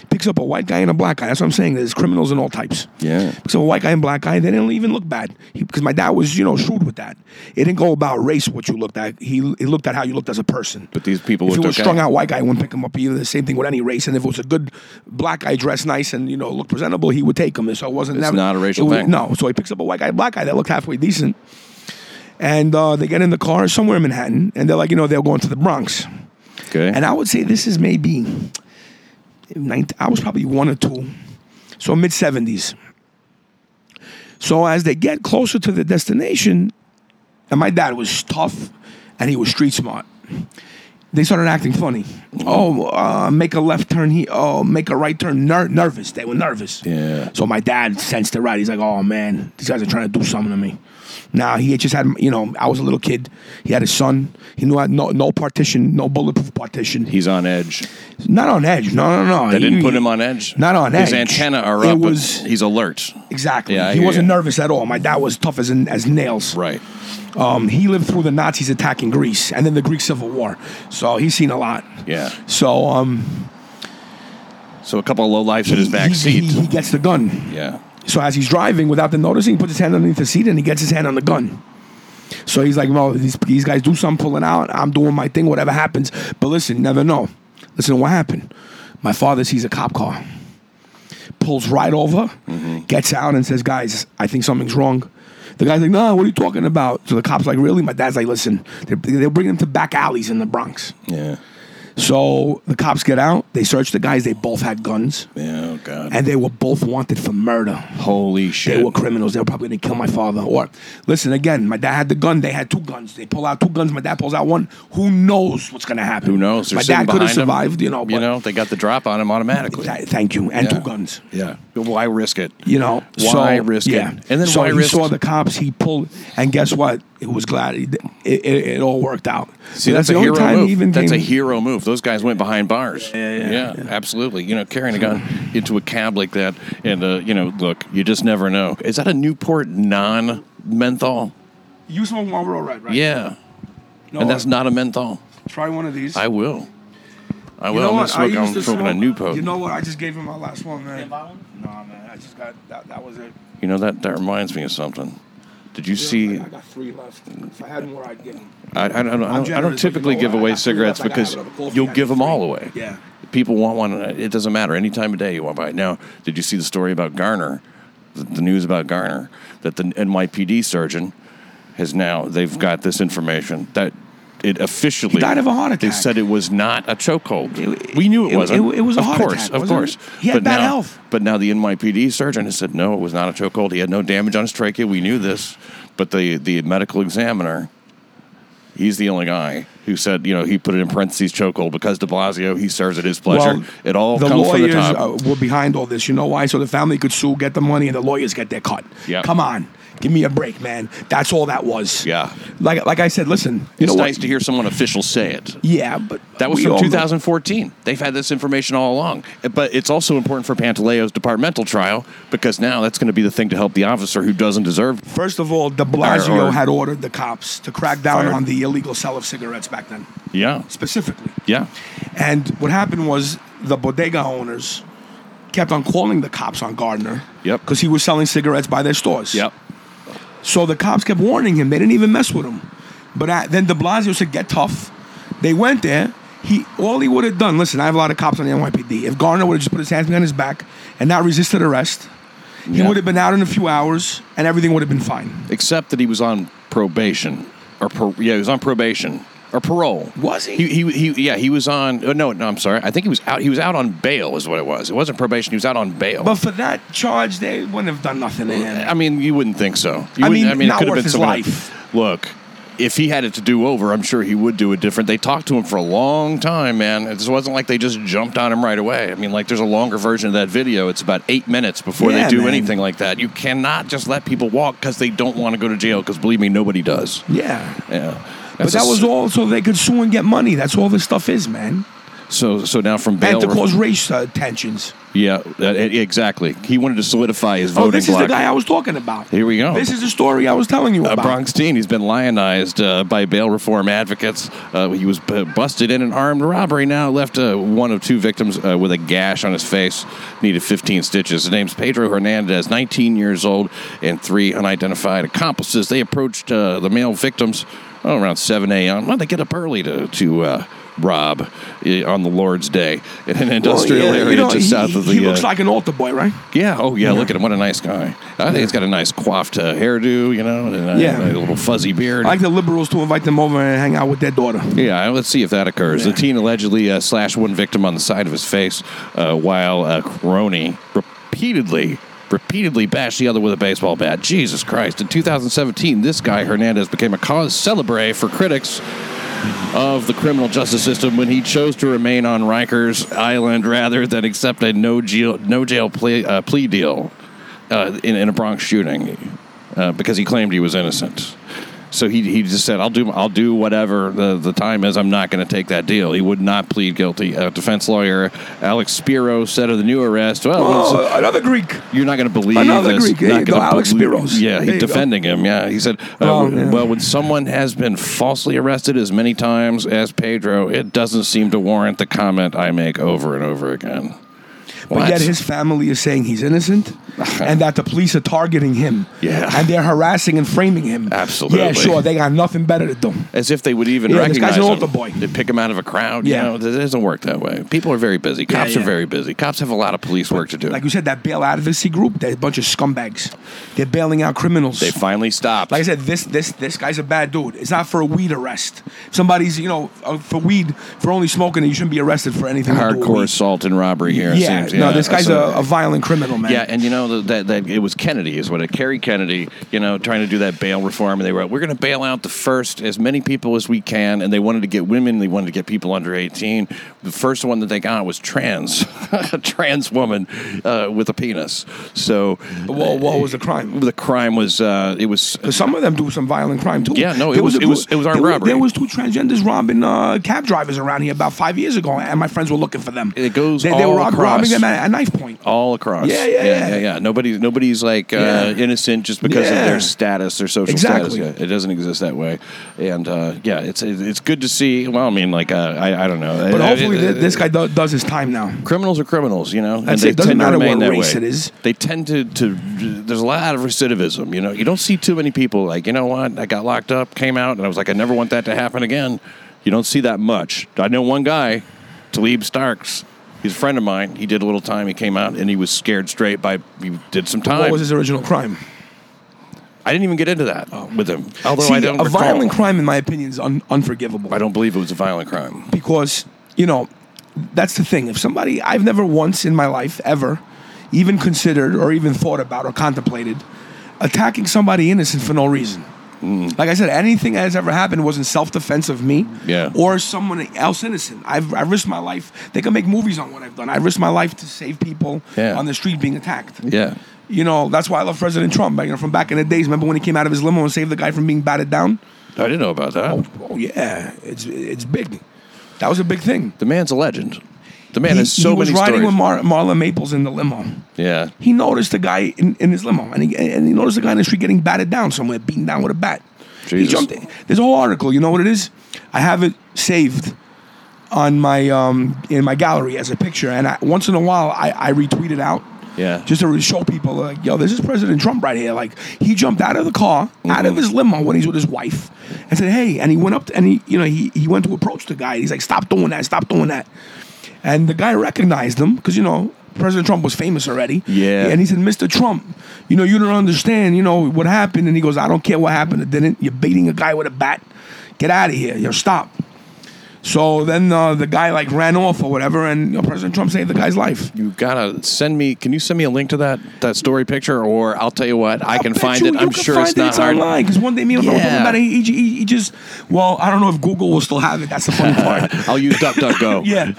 [SPEAKER 2] Picks up a white guy and a black guy. That's what I'm saying. There's criminals in all types.
[SPEAKER 3] Yeah.
[SPEAKER 2] So a white guy and black guy, they didn't even look bad because my dad was, you know, shrewd with that. It didn't go about race what you looked at. He, he looked at how you looked as a person.
[SPEAKER 3] But these people
[SPEAKER 2] if it
[SPEAKER 3] looked
[SPEAKER 2] was
[SPEAKER 3] okay.
[SPEAKER 2] strung out white guy, I wouldn't pick him up either. The same thing with any race. And if it was a good black guy dressed nice and you know looked presentable, he would take him. And so it wasn't.
[SPEAKER 3] It's
[SPEAKER 2] that-
[SPEAKER 3] not a racial
[SPEAKER 2] it was-
[SPEAKER 3] thing.
[SPEAKER 2] No. So he picks up a white guy, black guy that looked halfway decent, and uh, they get in the car somewhere in Manhattan, and they're like, you know, they're going to the Bronx.
[SPEAKER 3] Okay.
[SPEAKER 2] And I would say this is maybe, 19, I was probably one or two, so mid 70s. So as they get closer to the destination, and my dad was tough and he was street smart, they started acting funny.
[SPEAKER 3] Mm-hmm.
[SPEAKER 2] Oh, uh, make a left turn here. Oh, make a right turn. Ner- nervous. They were nervous.
[SPEAKER 3] Yeah.
[SPEAKER 2] So my dad sensed it right. He's like, oh man, these guys are trying to do something to me. Now he had just had, you know, I was a little kid. He had a son. He knew I had no, no partition, no bulletproof partition.
[SPEAKER 3] He's on edge.
[SPEAKER 2] Not on edge. No, no, no.
[SPEAKER 3] They didn't
[SPEAKER 2] He-
[SPEAKER 3] put him on edge.
[SPEAKER 2] Not on
[SPEAKER 3] His
[SPEAKER 2] edge.
[SPEAKER 3] antenna are
[SPEAKER 2] It
[SPEAKER 3] up. but
[SPEAKER 2] was-
[SPEAKER 3] he's alert.
[SPEAKER 2] Exactly.
[SPEAKER 3] Yeah, I
[SPEAKER 2] he
[SPEAKER 3] hear
[SPEAKER 2] wasn't
[SPEAKER 3] ya.
[SPEAKER 2] nervous at all. My dad was tough as as nails.
[SPEAKER 3] Right.
[SPEAKER 2] Um, he lived through the Nazis attacking Greece and then the Greek Civil War, so he's seen a lot.
[SPEAKER 3] Yeah.
[SPEAKER 2] So um,
[SPEAKER 3] So a couple of low lifes in his back
[SPEAKER 2] he,
[SPEAKER 3] seat.
[SPEAKER 2] he, he gets the gun.
[SPEAKER 3] yeah.
[SPEAKER 2] So as he's driving, without them noticing, he puts his hand underneath the seat and he gets his hand on the gun. So he's like, "Well, these, these guys do something, pulling out. I'm doing my thing. Whatever happens, but listen, never know. Listen, to what happened? My father sees a cop car, pulls right over, gets out, and says, "Guys, I think something's wrong." The guy's like, "No, what are you talking about?" So the cop's like, "Really?" My dad's like, "Listen, they're, they're bringing him to back alleys in the Bronx."
[SPEAKER 3] Yeah.
[SPEAKER 2] So the cops get out. They search the guys. They both had guns,
[SPEAKER 3] Yeah. Oh God.
[SPEAKER 2] and they were both wanted for murder.
[SPEAKER 3] Holy shit.
[SPEAKER 2] They were criminals. They were probably going to kill my father. Or listen again, my dad had the gun. They had two guns. They pull out two guns. My dad pulls out one. Who knows what's going to happen?
[SPEAKER 3] Who knows? They're
[SPEAKER 2] my
[SPEAKER 3] sitting
[SPEAKER 2] dad could have
[SPEAKER 3] behind him.
[SPEAKER 2] survived. You know. But
[SPEAKER 3] You know, they got the drop on him automatically.
[SPEAKER 2] Th- thank you. And
[SPEAKER 3] Yeah.
[SPEAKER 2] two guns.
[SPEAKER 3] Yeah. Why risk it?
[SPEAKER 2] You know.
[SPEAKER 3] Why
[SPEAKER 2] so,
[SPEAKER 3] risk it?
[SPEAKER 2] yeah.
[SPEAKER 3] And then
[SPEAKER 2] so
[SPEAKER 3] why
[SPEAKER 2] he
[SPEAKER 3] risk-
[SPEAKER 2] saw the cops. He pulled, and guess what? It was glad it, it, it, it all worked out.
[SPEAKER 3] See, that's,
[SPEAKER 2] the
[SPEAKER 3] a
[SPEAKER 2] only
[SPEAKER 3] hero
[SPEAKER 2] time
[SPEAKER 3] move.
[SPEAKER 2] he even
[SPEAKER 3] that's
[SPEAKER 2] came,
[SPEAKER 3] a hero move. Those guys went behind bars.
[SPEAKER 2] Yeah, yeah, yeah.
[SPEAKER 3] absolutely. You know, carrying a gun into a cab like that, and uh, you know, look, you just never know. Is that a Newport non menthol?
[SPEAKER 2] You smoke Marlboro Red, right?
[SPEAKER 3] Yeah,
[SPEAKER 2] No,
[SPEAKER 3] and that's not a menthol.
[SPEAKER 2] Try one of these.
[SPEAKER 3] I will. I will.
[SPEAKER 2] You know
[SPEAKER 3] I'm,
[SPEAKER 2] what? I
[SPEAKER 3] smoking,
[SPEAKER 2] used
[SPEAKER 3] I'm
[SPEAKER 2] to
[SPEAKER 3] smoking a
[SPEAKER 2] smoke-
[SPEAKER 3] Newport.
[SPEAKER 2] You
[SPEAKER 3] You know,
[SPEAKER 2] know what? I just gave him my last one, man.
[SPEAKER 4] bottle?
[SPEAKER 2] Nah, man. I just got that. That was it.
[SPEAKER 3] that that reminds me of something. Did you
[SPEAKER 2] Yeah,
[SPEAKER 3] see?
[SPEAKER 2] I, I got three left. If I had more, I'd give them.
[SPEAKER 3] I, I don't. I don't, I don't
[SPEAKER 2] generous, but you
[SPEAKER 3] typically
[SPEAKER 2] know
[SPEAKER 3] give
[SPEAKER 2] what? I
[SPEAKER 3] away
[SPEAKER 2] got three
[SPEAKER 3] cigarettes
[SPEAKER 2] left. I got
[SPEAKER 3] because
[SPEAKER 2] out of the coffee. I
[SPEAKER 3] you'll
[SPEAKER 2] had
[SPEAKER 3] give them
[SPEAKER 2] three.
[SPEAKER 3] all away.
[SPEAKER 2] Yeah.
[SPEAKER 3] People want one. and It doesn't matter. Any time of day you want by. Now, did you see the story about Garner? The, the news about Garner that the NYPD surgeon has now. They've got this information that. It officially
[SPEAKER 2] died of a heart
[SPEAKER 3] They
[SPEAKER 2] attack.
[SPEAKER 3] said it was not a chokehold.
[SPEAKER 2] It-
[SPEAKER 3] we knew it,
[SPEAKER 2] it-
[SPEAKER 3] wasn't.
[SPEAKER 2] it- it was a
[SPEAKER 3] of
[SPEAKER 2] heart
[SPEAKER 3] course,
[SPEAKER 2] attack,
[SPEAKER 3] of
[SPEAKER 2] wasn't
[SPEAKER 3] course.
[SPEAKER 2] it? He had
[SPEAKER 3] but
[SPEAKER 2] bad
[SPEAKER 3] now,
[SPEAKER 2] health.
[SPEAKER 3] But now the NYPD surgeon has said no, it was not a chokehold. He had no damage on his trachea. We knew this, but the the medical examiner He's the only guy who said, you know, he put it in parentheses chokehold because De Blasio he serves at his pleasure. it all
[SPEAKER 2] the
[SPEAKER 3] comes from the
[SPEAKER 2] lawyers
[SPEAKER 3] top.
[SPEAKER 2] uh, were behind all this. You know why? So the family could sue, get the money, and the lawyers get their cut.
[SPEAKER 3] Yeah.
[SPEAKER 2] Come on, give me a break, man. That's all that was.
[SPEAKER 3] Yeah.
[SPEAKER 2] Like like I said, listen. You
[SPEAKER 3] it's
[SPEAKER 2] know
[SPEAKER 3] nice
[SPEAKER 2] what?
[SPEAKER 3] to hear someone official say it.
[SPEAKER 2] Yeah, but
[SPEAKER 3] That was
[SPEAKER 2] we
[SPEAKER 3] from
[SPEAKER 2] all know-
[SPEAKER 3] 2014. They've had this information all along. But it's also important for Pantaleo's departmental trial because now that's going to be the thing to help the officer who doesn't deserve.
[SPEAKER 2] First of all, De Blasio
[SPEAKER 3] Or- or-
[SPEAKER 2] had ordered the cops to crack down
[SPEAKER 3] Fired.
[SPEAKER 2] on the illegal sale of cigarettes back then,
[SPEAKER 3] Yeah.
[SPEAKER 2] specifically.
[SPEAKER 3] Yeah.
[SPEAKER 2] And what happened was the bodega owners kept on calling the cops on Gardner.
[SPEAKER 3] Yep.
[SPEAKER 2] Because he was selling cigarettes by their stores.
[SPEAKER 3] Yep.
[SPEAKER 2] So the cops kept warning him. They didn't even mess with him. But I, then De Blasio said, "Get tough." They went there. He all he would have done. Listen, I have a lot of cops on the NYPD. If Garner would have just put his hands behind his back and not resisted arrest, he
[SPEAKER 3] Yeah.
[SPEAKER 2] would have been out in a few hours, and everything would have been fine.
[SPEAKER 3] except that he was on probation or par- yeah, he was on probation or parole.
[SPEAKER 2] Was he?
[SPEAKER 3] He, he, he yeah, he was on. Oh, no, no, I'm sorry. I think he was out. He was out on bail, is what it was. It wasn't probation. He was out on bail.
[SPEAKER 2] But for that charge, they wouldn't have done nothing to him.
[SPEAKER 3] I mean, you wouldn't think so. You
[SPEAKER 2] I
[SPEAKER 3] wouldn't-
[SPEAKER 2] mean,
[SPEAKER 3] it
[SPEAKER 2] not
[SPEAKER 3] could have
[SPEAKER 2] worth
[SPEAKER 3] been
[SPEAKER 2] his
[SPEAKER 3] someone-
[SPEAKER 2] life.
[SPEAKER 3] Look, if he had it to do over, I'm sure he would do it different. They talked to him for a long time, man. It just wasn't like they just jumped on him right away. I mean, like there's a longer version of that video. It's about eight minutes before
[SPEAKER 2] Yeah,
[SPEAKER 3] they do
[SPEAKER 2] man.
[SPEAKER 3] anything like that. You cannot just let people walk because they don't want to go to jail. Because believe me, nobody does.
[SPEAKER 2] yeah.
[SPEAKER 3] Yeah.
[SPEAKER 2] But that was all so they could sue and get money. That's all this stuff is, man.
[SPEAKER 3] So so now from bail
[SPEAKER 2] and to
[SPEAKER 3] reform-
[SPEAKER 2] cause race uh, tensions.
[SPEAKER 3] yeah, that- e- exactly. He wanted to solidify his voting
[SPEAKER 2] oh, this
[SPEAKER 3] block.
[SPEAKER 2] is the guy I was talking about.
[SPEAKER 3] Here we go.
[SPEAKER 2] This is the story I was telling you
[SPEAKER 3] uh,
[SPEAKER 2] about.
[SPEAKER 3] Bronstein, he's been lionized uh, by bail reform advocates. Uh, he was b- busted in an armed robbery now, left uh, one of two victims uh, with a gash on his face, needed 15 stitches. His name's Pedro Hernandez, 19 years old, and three unidentified accomplices. They approached uh, the male victims oh, around 7 a.m. Well, they get up early to, to uh, rob uh, on the Lord's Day in an
[SPEAKER 2] Well,
[SPEAKER 3] industrial
[SPEAKER 2] yeah, you
[SPEAKER 3] area
[SPEAKER 2] know,
[SPEAKER 3] just
[SPEAKER 2] he,
[SPEAKER 3] south of the.
[SPEAKER 2] He looks
[SPEAKER 3] uh,
[SPEAKER 2] like an altar boy, right?
[SPEAKER 3] yeah. Oh, yeah. Look at him. What a nice guy. I think he's got a nice coiffed uh, hairdo, you know, and a,
[SPEAKER 2] Yeah.
[SPEAKER 3] a little fuzzy beard.
[SPEAKER 2] I like the liberals to invite them over and hang out with their daughter.
[SPEAKER 3] yeah, let's see if that occurs. The
[SPEAKER 2] Yeah.
[SPEAKER 3] teen allegedly uh, slashed one victim on the side of his face, uh, while uh, Crony repeatedly, repeatedly bashed the other with a baseball bat. Jesus Christ! In 2017, this guy Hernandez became a cause celebre for critics of the criminal justice system when he chose to remain on Rikers Island rather than accept a no jail, no jail plea, uh, plea deal uh, in, in a Bronx shooting uh, because he claimed he was innocent. So he, he just said, I'll do, I'll do whatever the, the time is. I'm not going to take that deal. He would not plead guilty. Uh, defense lawyer Alex Spiro said of the new arrest, well, it's-
[SPEAKER 2] Oh, another Greek.
[SPEAKER 3] you're not going to believe
[SPEAKER 2] Another
[SPEAKER 3] this.
[SPEAKER 2] Greek,
[SPEAKER 3] You're
[SPEAKER 2] eh,
[SPEAKER 3] not gonna
[SPEAKER 2] no, Alex
[SPEAKER 3] believe-
[SPEAKER 2] Spiros.
[SPEAKER 3] Yeah,
[SPEAKER 2] There
[SPEAKER 3] he's
[SPEAKER 2] you go.
[SPEAKER 3] defending him. Yeah, he said, uh,
[SPEAKER 2] Oh,
[SPEAKER 3] w-
[SPEAKER 2] yeah.
[SPEAKER 3] "Well, when someone has been falsely arrested as many times as Pedro, it doesn't seem to warrant the comment I make over and over again."
[SPEAKER 2] But
[SPEAKER 3] What?
[SPEAKER 2] yet his family is saying he's innocent and that the police are targeting him.
[SPEAKER 3] Yeah.
[SPEAKER 2] And they're harassing and framing him. Yeah,
[SPEAKER 3] Absolutely.
[SPEAKER 2] sure. They got nothing better to do.
[SPEAKER 3] as if they would even
[SPEAKER 2] Yeah, this
[SPEAKER 3] recognize
[SPEAKER 2] guy's an altar
[SPEAKER 3] him.
[SPEAKER 2] boy.
[SPEAKER 3] They pick him out of a crowd.
[SPEAKER 2] Yeah.
[SPEAKER 3] You know, it doesn't work that way. People are very busy. Cops
[SPEAKER 2] yeah.
[SPEAKER 3] are very busy. Cops have a lot of police work to do.
[SPEAKER 2] Like you said, that bail advocacy group, they're a bunch of scumbags. They're bailing out criminals.
[SPEAKER 3] they finally stopped.
[SPEAKER 2] like I said, this this this guy's a bad dude. It's not for a weed arrest. Somebody's, you know, uh, for weed, for only smoking, you shouldn't be arrested for anything. to do with
[SPEAKER 3] Hardcore
[SPEAKER 2] weed.
[SPEAKER 3] assault and robbery here. it
[SPEAKER 2] Yeah,
[SPEAKER 3] seems.
[SPEAKER 2] no, this guy's a,
[SPEAKER 3] so-
[SPEAKER 2] a violent criminal, man.
[SPEAKER 3] Yeah, and you know the- that, that it was Kennedy is what it Kerry Kennedy, you know, trying to do that bail reform, and they were we're going to bail out the first as many people as we can, and they wanted to get women, they wanted to get people under eighteen. The first one that they got was trans, a trans woman uh, with a penis. So,
[SPEAKER 2] Wha- what was the crime?
[SPEAKER 3] The crime was uh, it was
[SPEAKER 2] Because some of them do some violent crime too.
[SPEAKER 3] Yeah, no, it
[SPEAKER 2] There
[SPEAKER 3] was-
[SPEAKER 2] a
[SPEAKER 3] it
[SPEAKER 2] group-
[SPEAKER 3] was- it was armed
[SPEAKER 2] there
[SPEAKER 3] robbery.
[SPEAKER 2] There was two transgenders robbing uh, cab drivers around here about five years ago, and my friends were looking for them.
[SPEAKER 3] It goes
[SPEAKER 2] They, they
[SPEAKER 3] all
[SPEAKER 2] were rob-
[SPEAKER 3] across.
[SPEAKER 2] robbing them at a knife point.
[SPEAKER 3] all across.
[SPEAKER 2] Yeah, yeah,
[SPEAKER 3] yeah,
[SPEAKER 2] yeah.
[SPEAKER 3] yeah. yeah. Nobody's nobody's like uh,
[SPEAKER 2] Yeah.
[SPEAKER 3] innocent just because of
[SPEAKER 2] Yeah.
[SPEAKER 3] their status, their social
[SPEAKER 2] Exactly.
[SPEAKER 3] status. Yeah, It doesn't exist that way, and uh, yeah, it's it's good to see. Well, I mean, like uh, I I don't know,
[SPEAKER 2] But hopefully,
[SPEAKER 3] I- I-
[SPEAKER 2] th- this guy do- does his time now.
[SPEAKER 3] criminals are criminals, you know.
[SPEAKER 2] That's it. Doesn't matter what race it is.
[SPEAKER 3] They tend to, to there's a lot of recidivism, you know. You don't see too many people like, you know what, I got locked up, came out, and I was like, I never want that to happen again. You don't see that much. I know one guy, Talib Starks. He's a friend of mine. He did a little time. He came out and he was scared straight by. He did some time.
[SPEAKER 2] What was his original crime?
[SPEAKER 3] I didn't even get into that
[SPEAKER 2] Oh.
[SPEAKER 3] with him. Although
[SPEAKER 2] See,
[SPEAKER 3] I don't
[SPEAKER 2] a
[SPEAKER 3] recall.
[SPEAKER 2] violent crime, in my opinion, is un- unforgivable.
[SPEAKER 3] I don't believe it was a violent crime.
[SPEAKER 2] because you know that's the thing if somebody i've never once in my life ever even considered or even thought about or contemplated attacking somebody innocent for no reason
[SPEAKER 3] Mm.
[SPEAKER 2] like i said anything that has ever happened was in self-defense of me
[SPEAKER 3] Yeah.
[SPEAKER 2] or someone else innocent i've I risked my life they can make movies on what i've done i risked my life to save people
[SPEAKER 3] Yeah.
[SPEAKER 2] on the street being attacked
[SPEAKER 3] Yeah.
[SPEAKER 2] you know that's why i love president trump you know, from back in the days remember when he came out of his limo and saved the guy from being batted down
[SPEAKER 3] I didn't know about that.
[SPEAKER 2] oh yeah it's, it's big that was a big thing
[SPEAKER 3] The man's a legend. The man has so
[SPEAKER 2] he was
[SPEAKER 3] many
[SPEAKER 2] riding
[SPEAKER 3] stories.
[SPEAKER 2] with Mar- Marla Maples in the limo.
[SPEAKER 3] yeah.
[SPEAKER 2] He noticed a guy in, in his limo, and he, and he noticed a guy in the street getting batted down somewhere, beaten down with a bat. He
[SPEAKER 3] Jesus.
[SPEAKER 2] jumped. In. There's a whole article. You know what it is? I have it saved on my um, in my gallery as a picture, and I, once in a while I, I retweet it out.
[SPEAKER 3] Yeah.
[SPEAKER 2] Just to really show people, like, yo, this is President Trump right here. Like, he jumped out of the car, out
[SPEAKER 3] Mm-hmm.
[SPEAKER 2] of his limo when he's with his wife, and said, "Hey," and he went up, to, and he, you know, he he went to approach the guy. He's like, "Stop doing that! Stop doing that!" And the guy recognized him because you know President Trump was famous already.
[SPEAKER 3] Yeah.
[SPEAKER 2] And he said, "Mr. Trump, you know you don't understand. You know what happened." And he goes, "I don't care what happened. It didn't. You're beating a guy with a bat. Get out of here. You know, stop." So then uh, the guy like ran off or whatever, and you know, President Trump saved the guy's life.
[SPEAKER 3] You gotta send me. Can you send me a link to that that story picture? Or I'll tell you what, I can
[SPEAKER 2] bet
[SPEAKER 3] find
[SPEAKER 2] you-
[SPEAKER 3] it.
[SPEAKER 2] you
[SPEAKER 3] I'm
[SPEAKER 2] can
[SPEAKER 3] sure
[SPEAKER 2] find
[SPEAKER 3] it's not
[SPEAKER 2] it's
[SPEAKER 3] hard.
[SPEAKER 2] online because one day me and my
[SPEAKER 3] Yeah.
[SPEAKER 2] brother talking about it. He, he, he just well, I don't know if Google will still have it. That's the funny part.
[SPEAKER 3] I'll use DuckDuckGo.
[SPEAKER 2] yeah,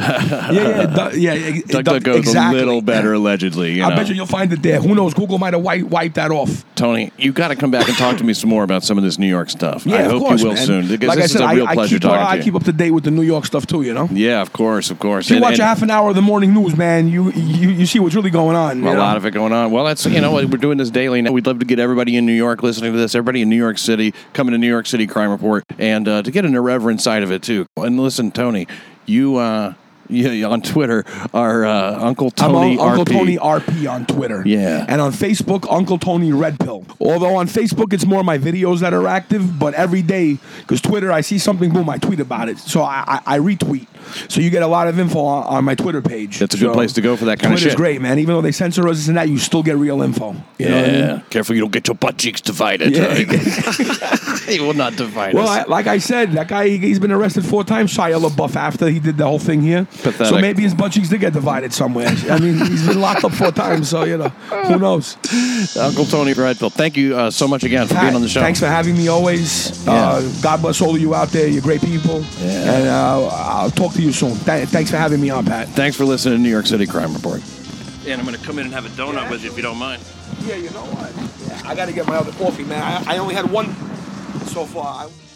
[SPEAKER 2] yeah, yeah, du- yeah. yeah,
[SPEAKER 3] DuckDuckGo is
[SPEAKER 2] exactly.
[SPEAKER 3] a little better, allegedly. You
[SPEAKER 2] I
[SPEAKER 3] know.
[SPEAKER 2] bet you you'll find it there. Who knows? Google might have wiped, wiped that off.
[SPEAKER 3] Tony, you got to come back and talk to me some more about some of this New York stuff. I hope you will soon. Because
[SPEAKER 2] like
[SPEAKER 3] this
[SPEAKER 2] I said,
[SPEAKER 3] is a real
[SPEAKER 2] I,
[SPEAKER 3] pleasure
[SPEAKER 2] I keep,
[SPEAKER 3] talking
[SPEAKER 2] uh,
[SPEAKER 3] to
[SPEAKER 2] I
[SPEAKER 3] you.
[SPEAKER 2] keep up to date with the New York stuff too, you know.
[SPEAKER 3] Yeah, of course, of course.
[SPEAKER 2] If you
[SPEAKER 3] And-
[SPEAKER 2] watch
[SPEAKER 3] and-
[SPEAKER 2] a half an hour of the morning news, man, you you, you see what's really going on.
[SPEAKER 3] a lot of it going on. Well, that's you know we're doing this daily now. We'd love to get everybody in New York listening to this. Everybody in New York City coming to New York City Crime Report and uh, to get an irreverent side of it too. And listen, Tony, you. Uh, you, you on Twitter are uh, Uncle
[SPEAKER 2] I'm
[SPEAKER 3] Tony
[SPEAKER 2] Un- Uncle
[SPEAKER 3] RP.
[SPEAKER 2] Tony RP on Twitter.
[SPEAKER 3] Yeah.
[SPEAKER 2] And on Facebook, Uncle Tony Red Pill. Although on Facebook, it's more my videos that are active, but every day, because Twitter, I see something, boom, I tweet about it. So I, I, I retweet. So you get a lot of info on, on my Twitter page.
[SPEAKER 3] That's a good
[SPEAKER 2] So
[SPEAKER 3] place to go for that kind of
[SPEAKER 2] Twitter's
[SPEAKER 3] shit.
[SPEAKER 2] great, man. Even though they censor us and that, you still get real info. You know what I mean?
[SPEAKER 3] Yeah, careful you don't get your butt cheeks divided.
[SPEAKER 2] Yeah.
[SPEAKER 3] he will not divide
[SPEAKER 2] Well,
[SPEAKER 3] us.
[SPEAKER 2] I, like I said, that guy, he- he's been arrested four times, Shia LaBeouf, after he did the whole thing here.
[SPEAKER 3] Pathetic.
[SPEAKER 2] So maybe his butt cheeks did get divided somewhere. I mean, he's been locked up four times, so, you know, who knows?
[SPEAKER 3] Uncle Tony Redfield, thank you uh, so much again for being
[SPEAKER 2] Pat,
[SPEAKER 3] on the show.
[SPEAKER 2] Thanks for having me always. Uh, God bless all of you out there. You're great people.
[SPEAKER 3] Yeah.
[SPEAKER 2] And uh, I'll talk to you soon. Th- thanks for having me on, Pat.
[SPEAKER 3] Thanks for listening to New York City Crime Report. And I'm going to come in and have a donut with you if you don't mind.
[SPEAKER 2] Yeah, you know what? I got to get my other coffee, man. I, I only had one so far. I-